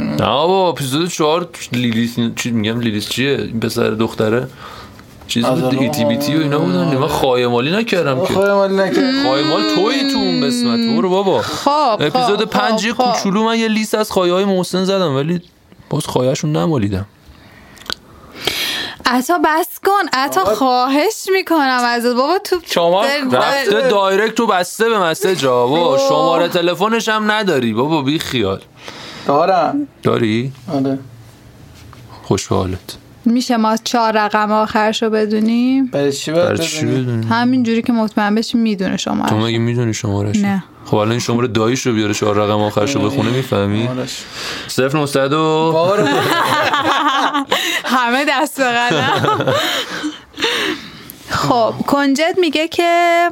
A: نه بابا اپیزود چهار لیلیس چی میگم لیلیس چیه این پسر دختره چیز بود دیگه تی بی تی و اینا بودن من خایمالی نکردم که
B: خواهی مالی خب، نکرد
A: خایمال توی تو اون قسمت برو بابا
C: خب
A: اپیزود
C: خب،
A: پنج یه
C: خب، خب.
A: کوچولو من یه لیست از خایه های محسن زدم ولی باز خایهشون نمالیدم
C: عطا بس کن عطا خواهش میکنم از بابا تو
B: شما
C: دل-
A: رفته دایرکت رو بسته به مسیج ها بابا
C: اوه.
A: شماره تلفنش هم نداری بابا بی خیال
B: دارم
A: داری
B: آره
A: خوش به حالت
C: میشه ما چهار رقم آخرش رو بدونیم
B: برای چی باید
A: برای چی
B: بدونی؟
A: بدونی
C: همین جوری که مطمئن بشی میدونه شما
A: تو مگه میدونی شمارش
C: نه.
A: خب الان این شماره داییش رو بیاره چهار رقم آخرش رو بخونه میفهمی
B: آرش.
A: صرف 900 و
B: بابا رو
C: همه دست به قلم خب کنجد میگه که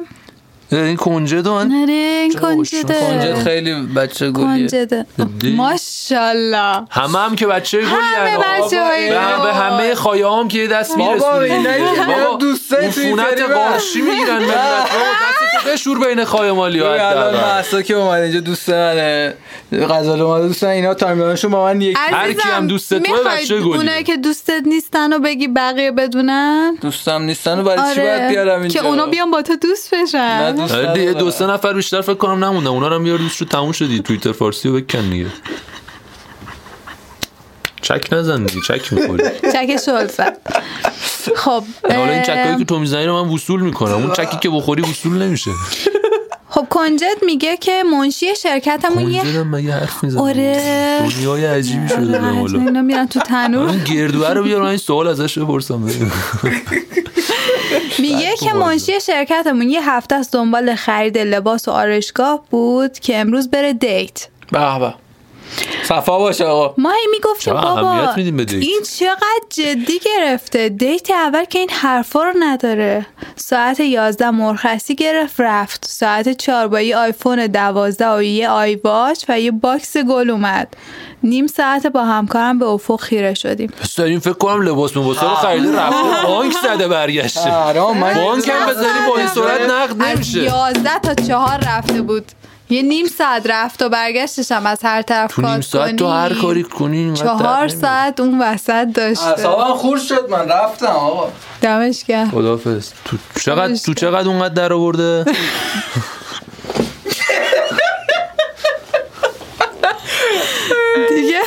A: این کنجه دو من
C: نره این
B: کنجد
C: کنجده
B: خیلی بچه گلیه
C: کنجده
A: جدی؟
C: ماشالله
A: همه هم که بچه گلی
C: همه بچه های
A: به هم- به همه خایه هم که یه دست میرسونی
B: بابا اینا که میاد دوستای
A: عفونت
B: توییتری من.
A: قارچی میگیرن به دستتو بشور بین خایه مالی
B: ببین، الان
A: ها
B: محسا که اومد اینجا دوست منه غزال اومده دوست من اینا تایملاینشون با من یک
A: هر کی هم دوستت توه، بچه گلیه.
C: اونایی که دوستت نیستن و بگی بقیه بدونن
B: دوستم نیستن و برای چی باید بیارم
C: آره
B: اینجا
C: که اونا بیان با تو دوست
B: نه،
C: بشن
B: دوست
A: آره دیگه
B: ندارم.
A: دو سه نفر بیشتر فکر کنم نمونده اونا رو هم بیار دوست رو تموم شدی توییتر فارسی رو بکن دیگه چک نزن دیگه چک میخوری
C: چک شلفه خب
A: حالا این چکایی
C: ام،
A: که تو میزنی رو من وصول میکنم اون چکی که بخوری وصول نمیشه
C: خب کنجد میگه که منشی شرکتمون یه
A: کنجدم مگه حرف میزنم
C: آره.
A: دنیای عجیبی شده به آره،
C: حتما
A: مولا
C: اینا میرن تو تنور
A: اون گردوه رو بیار من این سوال ازش بپرسم ببینم.
C: میگه که منشی شرکتمون یه هفته از دنبال خرید لباس و آرایشگاه بود که امروز بره دیت
B: به به صفا باشه آقا
C: ما هی میگفتیم
A: چرا
C: بابا
A: اهمیت میدیم به دیت؟
C: این چقدر جدی گرفته دیت اول که این حرفا رو نداره ساعت 11 مرخصی گرفت رفت ساعت 4 با یه آیفون 12 و یه آی واچ و یه باکس گل اومد نیم ساعت با همکارم به افق خیره شدیم
A: پس داریم فکر کنم لباس مباسا رو خریده رفته بانک زده برگشته
B: حرام من
A: بانک هم بزنی با این سرعت نقد
C: از
A: نمیشه
C: 11 تا 4 رفته بود یه نیم ساعت رفت و برگشتش هم از هر طرف
A: تو نیم
C: کات
A: ساعت تو
C: کنی.
A: هر کاری کنی اینقدر در
C: چهار
A: نمیاد.
C: ساعت اون وسط داشته
B: اعصابم خورد شد من رفتم آقا
C: دمش گرم
A: خدافظ تو چقدر تو چقدر اونقدر در آورده
C: دیگه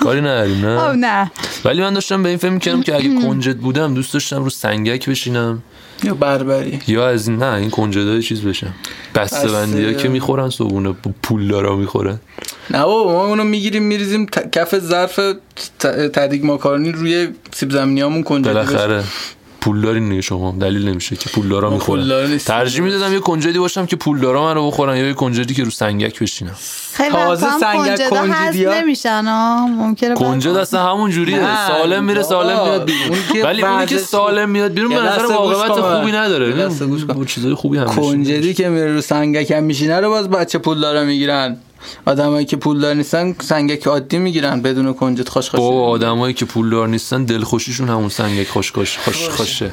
A: کاری نداریم
C: خب
A: نه
C: نه
A: ولی من داشتم به این فکر می‌کردم که اگه کنجد بودم دوست داشتم رو سنگک بشینم
B: یا بربری
A: یا از این نه این کنجدای چیز بشم بسته بندی
B: بسته.
A: که میخورن صبونه پول دارا میخورن
B: نه بابا ما اونو میگیریم میریزیم ت... کف ظرف ت... تدیگ ماکارونی روی سیب زمینی همون کنجده بشه.
A: بالاخره پولداری دیگه شما دلیل نمیشه که پولدارا
B: پولدار
A: میخورن
B: نیستیم.
A: ترجیح میدادم یه کنجدی باشم که پولدارا منو بخورن یا یه کنجدی که رو سنگک بشینم
C: خیلی
B: تازه
C: وقتا هم
B: سنگک
C: کنجدا هست
B: کنجدیا.
C: نمیشن ها ممکنه
A: کنجد اصلا همون جوریه
B: نه،
A: سالم میره
B: بابا.
A: سالم میاد بیرون
B: اون که
A: ولی اونی که
B: ورزش-
A: سالم میاد بیرون
B: یه
A: به نظر
B: لحظه گوش
A: مقاومت
B: کن من.
A: خوبی نداره
B: یه لحظه گوش کن.
A: با چیزای خوبی هم
B: کنجدی که میره رو سنگک هم میشینه رو باز بچه پول داره میگیرن آدمایی که پول دار نیستن سنگک عادی میگیرن بدون کنجد خوش
A: با آدمایی که پولدار نیستن دلخوشیشون همون سنگک خوشکش خوش خوشه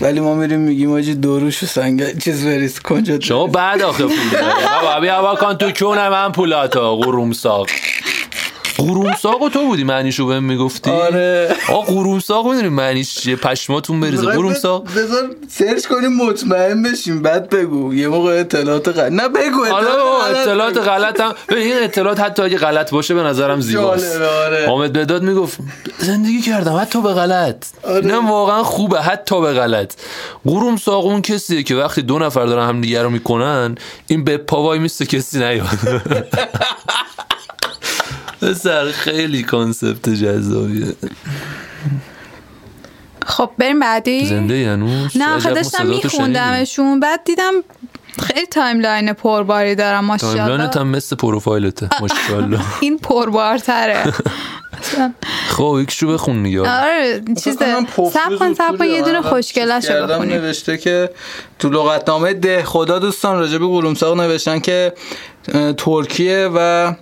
B: ولی ما میریم میگیم آجی دوروش و سنگک چیز بریز کنجد
A: شما بعد آخه پول داری. بابا بیا هوا کن تو کونه من پولاتا قرومساق قرومساق و تو بودی معنیشو بهم میگفتی
B: آره.
A: آ قرومساق میدونی معنیش چیه پشماتون بریزه
B: می‌خوای
A: قرومساق
B: ب- بذار سرچ کنیم مطمئن بشیم بعد بگو یه موقع اطلاعات غلط نه بگو
A: حالا آره بابا،
B: غلط
A: اطلاعات
B: بگو.
A: غلط هم ببین این اطلاعات حتی اگه غلط باشه به نظرم زیباست
B: جالبه، آره.
A: حامد بداد میگفت زندگی کردم حتی به غلط
B: آره.
A: اینم واقعا خوبه حتی به غلط قروم اون کسیه که وقتی دو نفر دارن همدیگه رو میکنن این به پاوای میسته کسی نیاد سر خیلی کانسپت جذابیه
C: خب بریم بعدی
A: زنده ی هنوز
C: نه آخه
A: عجب ما
C: داشتم
A: صدا تو شنیدیم.
C: میخوندمشون بعد دیدم خیلی تایملاین پرباری دارم ماشاءالله
A: تایملاینت هم مثل پروفایلته ماشاءالله
C: این پربارتره اصلا.
A: خب یکشو بخون دیگه
C: آره چیز
B: فکر کنم پفوز
C: سب کن سب کن
B: اصولی
C: یه دونه
B: آدم
C: خوشگلش رو
B: کردم
C: بخونیم
B: نوشته که تو لغتنامه ده خدا دوستان راجع به قلومساق نوشتن که اه، ترکیه و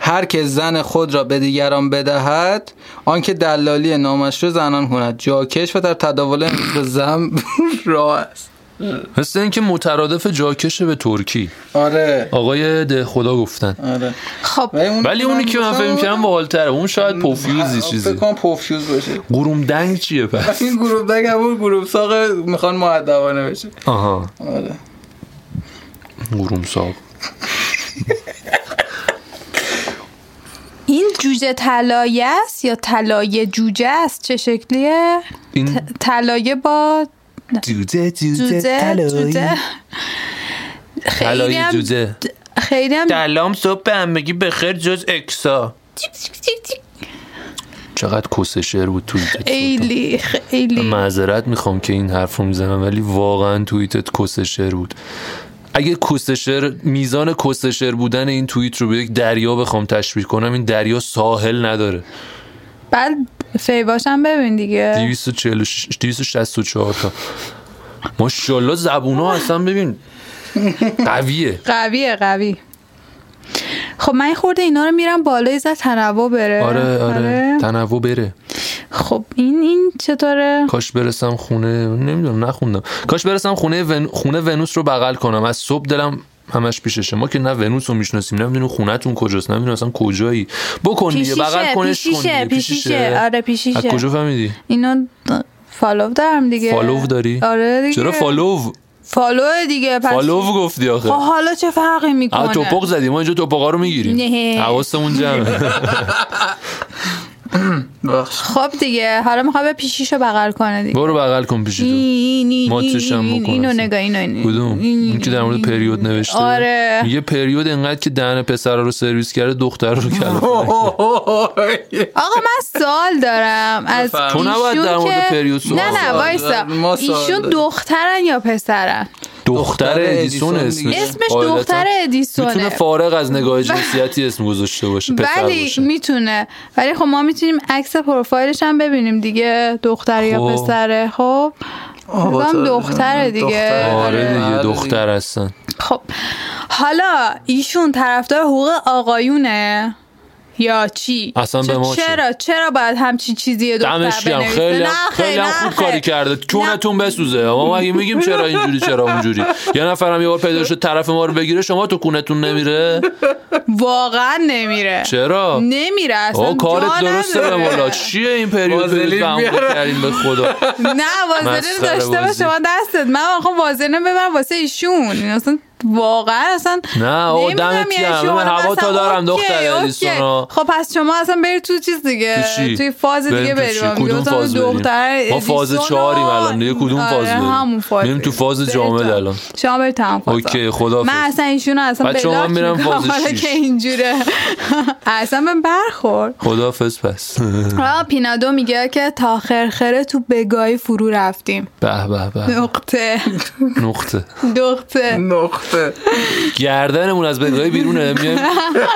B: هر که زن خود را به دیگران بدهد آنکه دلالی نامشروع زنان کند جاکش و در تداول امروز زن راه است
A: مثل اینکه مترادف جاکش به ترکی
B: آره
A: آقای ده خدا گفتن
B: آره
C: خب
A: ولی اونی که من فکر می‌کردم باحال‌تره اون شاید پوفیوزی
B: چیزی
A: چیزی
B: فکر کنم پفیوز باشه
A: قروم دنگ چیه پس
B: این گروه بگم اون گروه ساق میخوان معدبانه بشه
A: آها
B: آره
A: قروم ساق
C: این جوجه طلایه است یا طلایه جوجه است چه شکلیه
A: این
C: طلایه با
A: جوجه جوجه
C: جوجه جوجه خیلی
A: طلایی
C: هم
A: جوجه
C: خیلی هم
A: سلام صبح به همگی بخیر جز اکسا چقدر کس شعر بود توییتت
C: خیلی خیلی
A: معذرت میخوام که این حرف رو میزنم ولی واقعا توییتت کس شعر بود اگه کس شعر میزان کس شعر بودن این توییت رو به یک دریا بخوام تشبیه کنم این دریا ساحل نداره
C: بعد فیواشم ببین دیگه
A: 246 264 تا ماشاءالله زبونا اصلا ببین قویه
C: قویه قوی خب من یه خورده اینا رو میرم بالای زد تنوع بره
A: آره آره تنوع بره
C: خب این این چطوره
A: کاش برسم خونه نمیدونم نخوندم کاش برسم خونه ون... خونه ونوس رو بغل کنم از صبح دلم همش پیششه ما که نه ونوس رو میشناسیم نمیدونیم خونتون کجاست نمیدونیم اصلا کجایی بکن دیگه بغل
C: پیشیشه
A: کنش کن
C: پیشیشه
A: دیگه.
C: پیشیشه آره
A: از
C: پیشیشه
A: کجا فهمیدی
C: اینو د- فالو دارم دیگه
A: فالو داری
C: آره دیگه
A: چرا فالو
C: فالو دیگه پس
A: فالو گفتی آخه
C: خب حالا چه فرقی
A: آ
C: میکنه
A: توپق زدیم ما اینجا توپقا رو میگیریم
C: نه.
A: حواسمون جمعه
B: بخش
C: خب دیگه حالا میخواد به پیشیشو بغل کنه دیگه
A: برو بغل کن پیش تو
C: این این
A: ما
C: این-
A: توشم
C: این-
A: بکنه
C: اینو
A: اصلا.
C: نگاه اینو اینو
A: کدوم این که در مورد پریود نوشته
C: آره.
A: یه پریود انقدر که دهن پسر رو سرویس کرده دختر رو کرده
C: آقا من سوال دارم از
B: بفرم.
A: تو نباید
C: ایشون
A: در مورد
C: که-
A: پریود سوال
C: نه نه
A: کنی.
C: وایسا
B: ما سوال
C: ایشون
B: داریم.
C: دخترن یا پسرن
A: خب، دختر ادیسون
B: ادیسون
A: اسمش
B: دیگه.
C: اسمش
A: قاعدتا
C: دختر
A: میتونه
C: ادیسونه
A: فارغ از نگاه جنسیتی اسم گذاشته باشه پسر
C: ولی
A: باشه
C: میتونه ولی خب ما میتونیم عکس پروفایلش هم ببینیم دیگه دختر یا
A: خب.
C: پسره خب بگم دختره دیگه
B: دختره.
A: آره دیگه
B: آره دیگه.
A: دختر هستن
C: خب حالا ایشون طرفدار حقوق آقایونه یا چی
A: اصلا به
C: چ-
A: ما چه؟
C: چرا چرا باید همچین چیزی دختر
A: دمش
C: بنویسه
A: گرم خیلی
C: نه
A: هم-
C: خیر،
A: خیلی هم
C: نه
A: خوب
C: خیر.
A: کاری کرده کونتون بسوزه اما ما اگه میگیم چرا اینجوری چرا اونجوری یه نفرم یه بار پیدا شد طرف ما رو بگیره شما تو کونتون نمیره
C: واقعا نمیره
A: چرا
C: نمیره اصلا
A: آه
C: جا
A: کارت درسته به
C: نداره.
A: مولا چیه این پریود
B: وازلین
A: بهت بمبو
B: بیارن.
A: کردین به خدا
C: نه وازلین
A: مسخره
C: داشته باشه
A: بازی.
C: خب شما دستت من آخه وازلین ببرم واسه ایشون این اصلا واقعا اصلا
A: نه، او
C: نمی‌دونم
A: دمت
C: یه
A: گرم.
C: شما
A: من هوا
C: مثلا
A: تا دارم،
C: اوکی،
A: دختر
C: اوکی.
A: الیسونا.
C: خب پس شما اصلا برید تو چیز دیگه
A: تو چی؟
C: توی فاز
A: بریم
C: دیگه
A: تو چی؟
C: بریم
A: کدوم
C: دوتا
A: فاز بریم؟
C: دختر
A: ما فاز
C: ادیسون و-
A: چهاریم الان، دیگه کدوم
C: آره،
A: فاز بریم؟
C: همون فاز
A: میریم تو
C: بریم.
A: فاز
C: برید
A: جامد
C: تو.
A: الان.
C: شما برید تو هم فاز
A: اوکی، خداحافظ.
C: من اصلا ایشونو اصلا
A: بچه‌ها، من
C: بلاک
A: میرم
C: می‌کنم،
A: فاز
C: حالا
A: شیش.
C: که اینجوره اصلا به برخورد
A: خدافز پس
C: آه، پینادو میگه که تا خرخره تو بگاهی فرو رفتیم
A: به به به
C: نقطه
A: نقطه
C: دخته
B: نقطه
A: گردنمون از بگاهی بیرونه میایم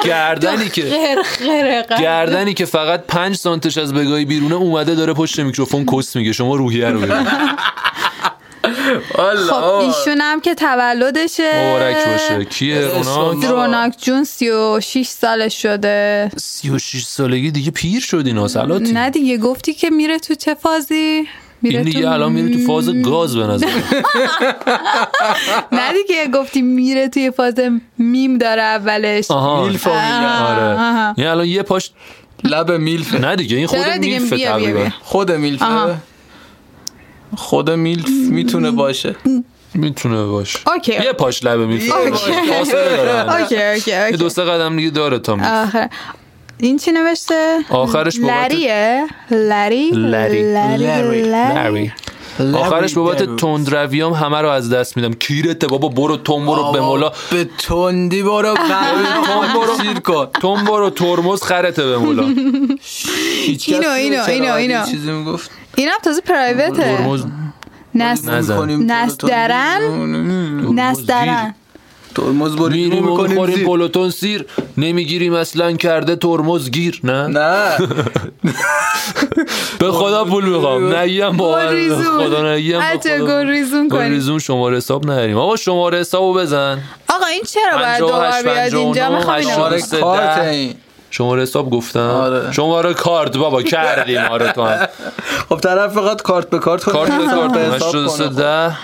A: گردنی که
C: خرخره
A: گردنی که فقط پنج سانتش از بگاهی بیرونه اومده داره پشت میکروفون کس میگه شما روحیه رو ببین
B: والا،
C: خب
B: آه.
C: ایشون هم که تولدشه
A: مبارک باشه کیه روناک
C: روناک جون 36 سالش شده
A: 36 سالگی دیگه پیر شد اینا سلاتی
C: نه دیگه گفتی که میره تو چه فازی میره
A: این دیگه الان میره تو فاز گاز به نظر
C: نه دیگه گفتی میره توی فاز میم داره اولش
A: آها
B: میلفا میگن.
A: آره
C: آها.
A: این الان یه پاش
B: لب میلف
A: نه دیگه این خود
C: چرا دیگه؟
A: میلفه
C: بیا، بیا،
A: تقریبا
C: بیا.
B: خود میلف
C: آها.
B: خود میلف میتونه باشه
A: میتونه باشه
C: اوکی
A: یه پاش لبه میلفه
B: اوکی.
A: فاصله داره
C: اوکی اوکی
A: یه
C: اوکی
A: دو سه قدم دیگه داره تا میلف.
C: آخر این چی نوشته؟
A: آخرش بابت-
C: لریه لری
A: لری.
C: لری
B: لری.
C: لری
A: آخرش بابت
B: لبی
A: تندرویام همه رو از دست میدم کیرته بابا برو تون برو
B: آقا،
A: به مولا
B: به تندی برو قلب برو سیر کن
A: تون برو ترمز خرته به مولا
B: هیچ
C: اینو،
B: کس نمی‌دونه
C: اینو، اینو،
B: چرا علی
C: اینو.
B: چیزی میگفت
C: این هم تازه پرایوته
A: ترمز
C: نس...
A: نزن.
C: نسدرن نسدرن
B: ترمز بریم
A: میریم و
B: میکنیم
A: میخوریم
B: زیر.
A: پلوتون سیر نمیگیریم اصلا کرده ترمز گیر نه,
B: نه آره،
A: به خدا پول میخوام نگیم با
C: گلریزون.
A: خدا نگیم به
C: بچه،
A: خدا.
C: گلریزون کنیم.
A: گلریزون شماره حساب نداریم آقا شماره حسابو بزن
C: آقا این چرا باید
A: 58
C: دوبار بیاد اینجا
A: 59
C: میخوام اینو
B: شماره
C: بگم.
A: سه
B: کارت
A: ده.
B: این
A: شماره حساب گفتم
B: آره.
A: شماره کارت بابا کردیم آره تو هم
B: خب طرف فقط کارت به کارت کنه،
A: کارت به
B: حساب
A: کارت
B: به
A: کنه.
B: حساب
A: 83
B: کنه.
A: ده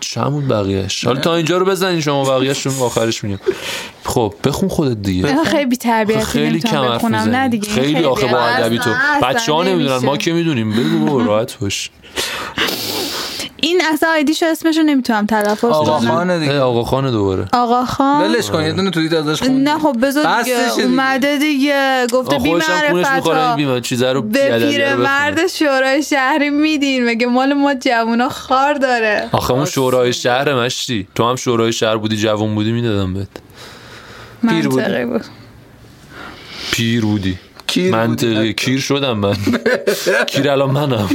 A: چمون بقیهش حالا تا اینجا رو بزنین شما بقیهش رو آخرش میگم خب بخون خودت دیگه خب،
C: آه، خیلی بی‌تربیتی
A: خیلی
C: نمی‌تونم
A: کم حرف
C: بخونم. نه
A: میزنی
C: دیگه این
A: خیلی آخه با
C: اصلا-
A: ادبی تو
C: اصلا
A: بچه ها نمیدونن
C: نمیشه.
A: ما که میدونیم بگو بابا، راحت باش
C: این اصلا آیدیشو اسمشو نمیتونم تلفظ
B: آقا
C: کنم
B: خانه دیگه
A: اه، آقا خانه دوباره
C: آقا خان
B: ولش کن یه دونه توییت ازش خوندی.
C: نه خب بذار
B: بستش
C: دیگه
B: دیگه.
C: اومده دیگه گفته
A: آه، خودش هم خونش
C: بیمعرفت
A: میخوره این
C: ها
A: بیمار چیزه رو
C: به
A: بیادبی رو بخونه.
C: پیرمرد شورای شهری میدین مگه مال ما جوونا خار داره
A: آخه اون شورای شهر مشتی تو هم شورای شهر بودی جوون بودی میدادم بهت
B: پیر بودی.
C: منطقی بود
A: پیر بودی
B: کیر بودی.
A: منطقی کیر شدم من کیر الان منم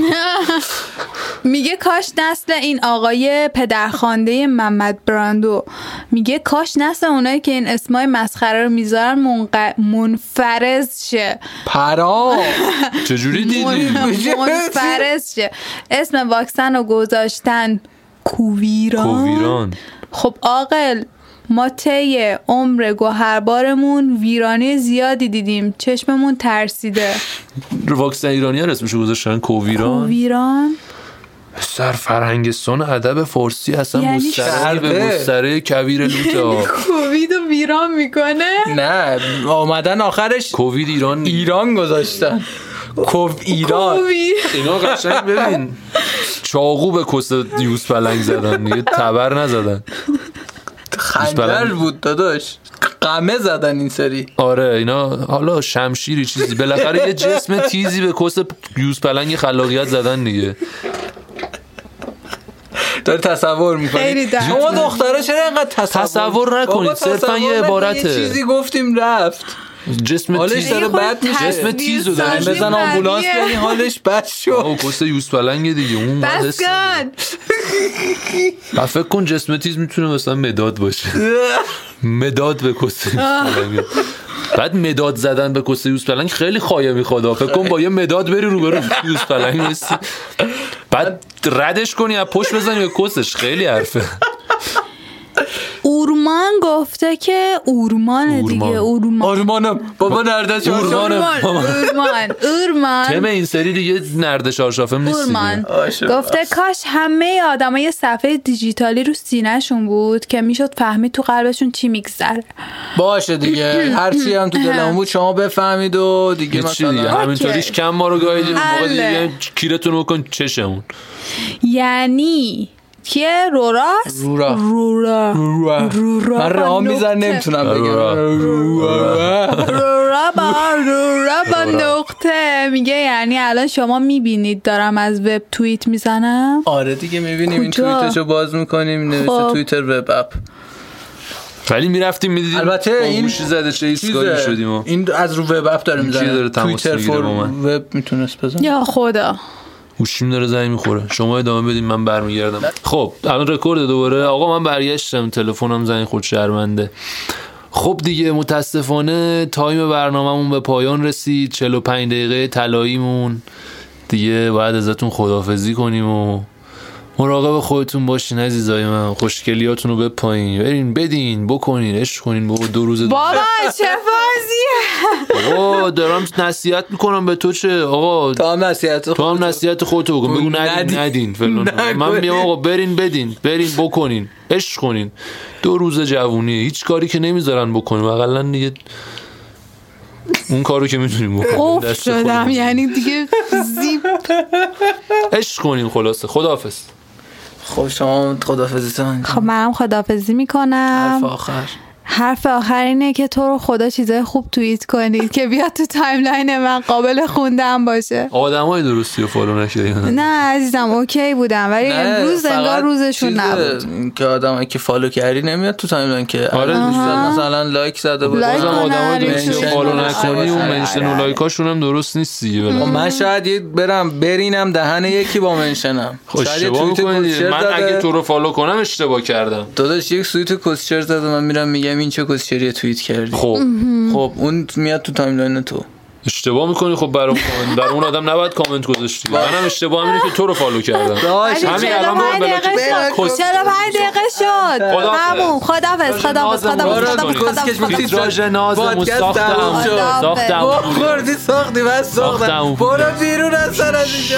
C: میگه کاش نسل این آقای پدرخوانده محمد براندو میگه کاش نسل اونایی که این اسمای مسخره رو میذارن منق... منفرز شه
B: پرا
A: چجوری دیدی
C: من- منفرز شه اسم واکسن رو گذاشتن کوویران
A: کوویران
C: خب عاقل ما طی عمر گوهربارمون ویرانی زیادی دیدیم چشممون ترسیده
A: رو واکسن ایرانی ها رسمشو گذاشتن کوویران
C: کوویران
A: سر فرهنگستان ادب فارسی اصلا
C: یعنی
A: مستره به
B: کرده.
A: مستره کویر لوته ها.
C: کووید رو ویران میکنه
B: نه آمدن آخرش
A: کووید ایران
B: ایران گذاشتن کف ایران
C: کووید
A: اینا قشنگ ببین چاقو به کس یوز پلنگ زدن دیگه تبر نزدن
B: خنجر
A: بلند.
B: بود داداش قمه زدن این سری
A: آره اینا حالا شمشیری چیزی بالاخره یه جسم تیزی به کس یوز پلنگ خلاقیت زدن دیگه
B: داری تصور
C: خیلی
B: میکنی
C: درد
B: شما دختره چرا اینقدر تصور
A: تصور نکنید،
B: بابا
A: صرفاً
B: تصور
A: یه
B: نکنید.
A: عبارته.
B: چیزی گفتیم رفت
A: جسم
B: حالش
A: تیز
B: داره بد میشه
A: تصویر جسم تیز رو دارن. سازی
B: بزن آمبولانس
C: بدیه.
B: بیاری حالش بد شد
A: او کس یوز پلنگ دیگه اون من
C: بس
A: حس ندارم.
C: کن
A: و فکر کن جسم تیز میتونه مثلا مداد باشه مداد به کس یوز پلنگ. بعد مداد زدن به کس یوز پلنگ خیلی خایه میخواد فکر کن با یه مداد بری روبرو یوز پلنگ بسی بعد ردش کنی از پشت بزنی به کسش خیلی حرفه
C: اورمان گفته که اورمان دیگه
A: اورمان.
C: اورمان
B: آرمانم بابا نرده چهار
A: اورمانم.
C: اورمان اورمان
A: تم
C: اورمان
A: این سری دیگه نرد شارشافم نیست
C: اورمان
A: دیگه.
B: عاشق.
C: گفته کاش همه آدم یه صفحه دیجیتالی رو سینهشون بود که میشد فهمید تو قلبشون چی میگذره
B: باشه دیگه هر چی هم تو دلمون بود شما بفهمید و دیگه
A: یه چی دیگه
B: مثلا
A: همینطوریش کم ما یعنی رو گاهی دیگه موقع دیگه
C: بله.
A: کیرتون بکن چشمون
C: یعنی کیه روراست
B: رورا.
C: رورا
B: رورا.
C: رورا
B: من
C: با
B: را میزن
C: نقطه.
B: نمیتونم بگم
A: رورا.
B: رورا.
C: رورا با رورا با نقطه میگه یعنی الان شما میبینید دارم از وب توییت میزنم
B: آره دیگه میبینیم این
C: کجا؟
B: توییتشو باز میکنیم نوشته
C: خب.
B: توییتر وب اپ
A: ولی میرفتیم میدیدیم
B: البته این
A: زده چه ایستگاهی
B: چیزه.
A: شدیم و
B: این از رو وب اپ داره
A: چی
B: میزنه
A: داره تماس
B: توییتر
A: میگیره
B: فور
A: با من؟
B: وب میتونست بزن
C: یا خدا
A: گوشیم داره زنگ میخوره شما ادامه بدین من برمیگردم خب الان رکورد دوباره آقا من برگشتم تلفنم زنگ خود شرمنده خب دیگه متاسفانه تایم برنامهمون به پایان رسید 45 دقیقه طلاییمون دیگه باید ازتون خدافزی کنیم و مراقب خودتون باشین عزیزای من خوشگلیاتون رو بپایین برین بدین بکنین عشق کنین بابا دو روز
C: بابا چه بازیه
A: آقا دارم نصیحت میکنم به تو چه آقا
B: تا هم نصیحت
A: تو هم نصیحت خودتو بکن بگو
B: بگو
A: ندین
B: ندین.
A: ندین فلان
B: نکنین.
A: من میگم آقا برین بدین برین بکنین عشق کنین دو روز جوونیه هیچ کاری که نمیذارن بکنیم اقلا دیگه اون کارو که میتونیم بکنیم
C: قفل
A: خب، دست خودمون.
C: شدم یعنی دیگه زیب
A: عشق کنین خلاصه خداحافظ
B: خب شما خدافزیتان
C: خب منم خدافزی
B: حرف
C: میکنم
B: آخر
C: حرف آخر اینه که تو رو خدا چیزای خوب توییت کنید که بیاد تو تایملاین من قابل خوندن باشه
A: آدمای درستی رو فالو نکردین
C: نه عزیزم اوکی بودم ولی
B: نه،
C: امروز
B: فقط
C: انگار روزشون
B: چیزه
C: نبود
B: که آدمایی که فالو کردی نمیاد تو تایملاین که
A: آره.
B: دوست داری
C: آها.
B: مثلا لایک زده باشه
C: لایک
A: بازم
C: کنن،
A: آدمای درستی رو
C: ریتوییت
A: فالو
C: کنن.
A: نکنی
B: آره،
A: اون
B: آره،
A: منشن و
B: آره.
A: لایکاشون هم درست نیست دیگه
B: خب
A: بالاخره.
B: من شاید یه برم برینم دهن یکی با منشنم
A: خب
B: شاید یه
A: اشتباه
B: توییت
A: می‌کنی.
B: کسچر
A: من
B: زده.
A: اگه تو رو فالو کنم اشتباه کردم
B: داداش یک سویت کسچر زده من میرم میگم این چه کسچریه توییت کردی
A: خب
B: خب اون میاد تو تایملاین تو
A: اشتباه میکنی خب برای کامنت برای اون آدم نباید کامنت گذاشتی منم اشتباه همینه که تو رو فالو کردم
B: داش
C: ولی
A: همین الان برو
C: 45
A: بلاکش
C: دقیقه
B: کن.
C: شد
B: کس.
C: 45 دقیقه شد
A: خداحافظ.
C: همون خدافز خدافز
A: نازمون
B: آره،
C: خدافز
A: رو کنید.
C: خدافز خدافز
B: کسکش
C: خدافز
B: بگید.
A: تیتراژ نازمون
B: پادکست
A: ساختم
B: تموم شد.
A: ساختم
B: گوه خب، خوردی ساختیم از
A: ساختم.
B: ساختم برو بیرون از سر از اینجا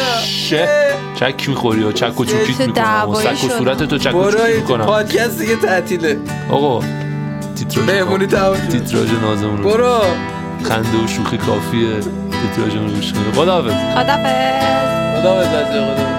A: شه. چک میخوری و چک و چوکیت
C: چه
A: میکنم
C: دعوایی
A: سک و
C: شد.
A: صورت تو چک و
B: برو
A: چوکی
B: این
A: میکنم
B: پادکست دیگه تعطیله
A: آقا تیتراژ
B: مهمونی تموم شد.
A: تیتراژ نازمون رو
B: برو
A: خنده و شوخی کافیه تیتراژمون رو گوش کنید خداحافظ
C: خدافز
B: خدا بزرگ خدا بزرگ.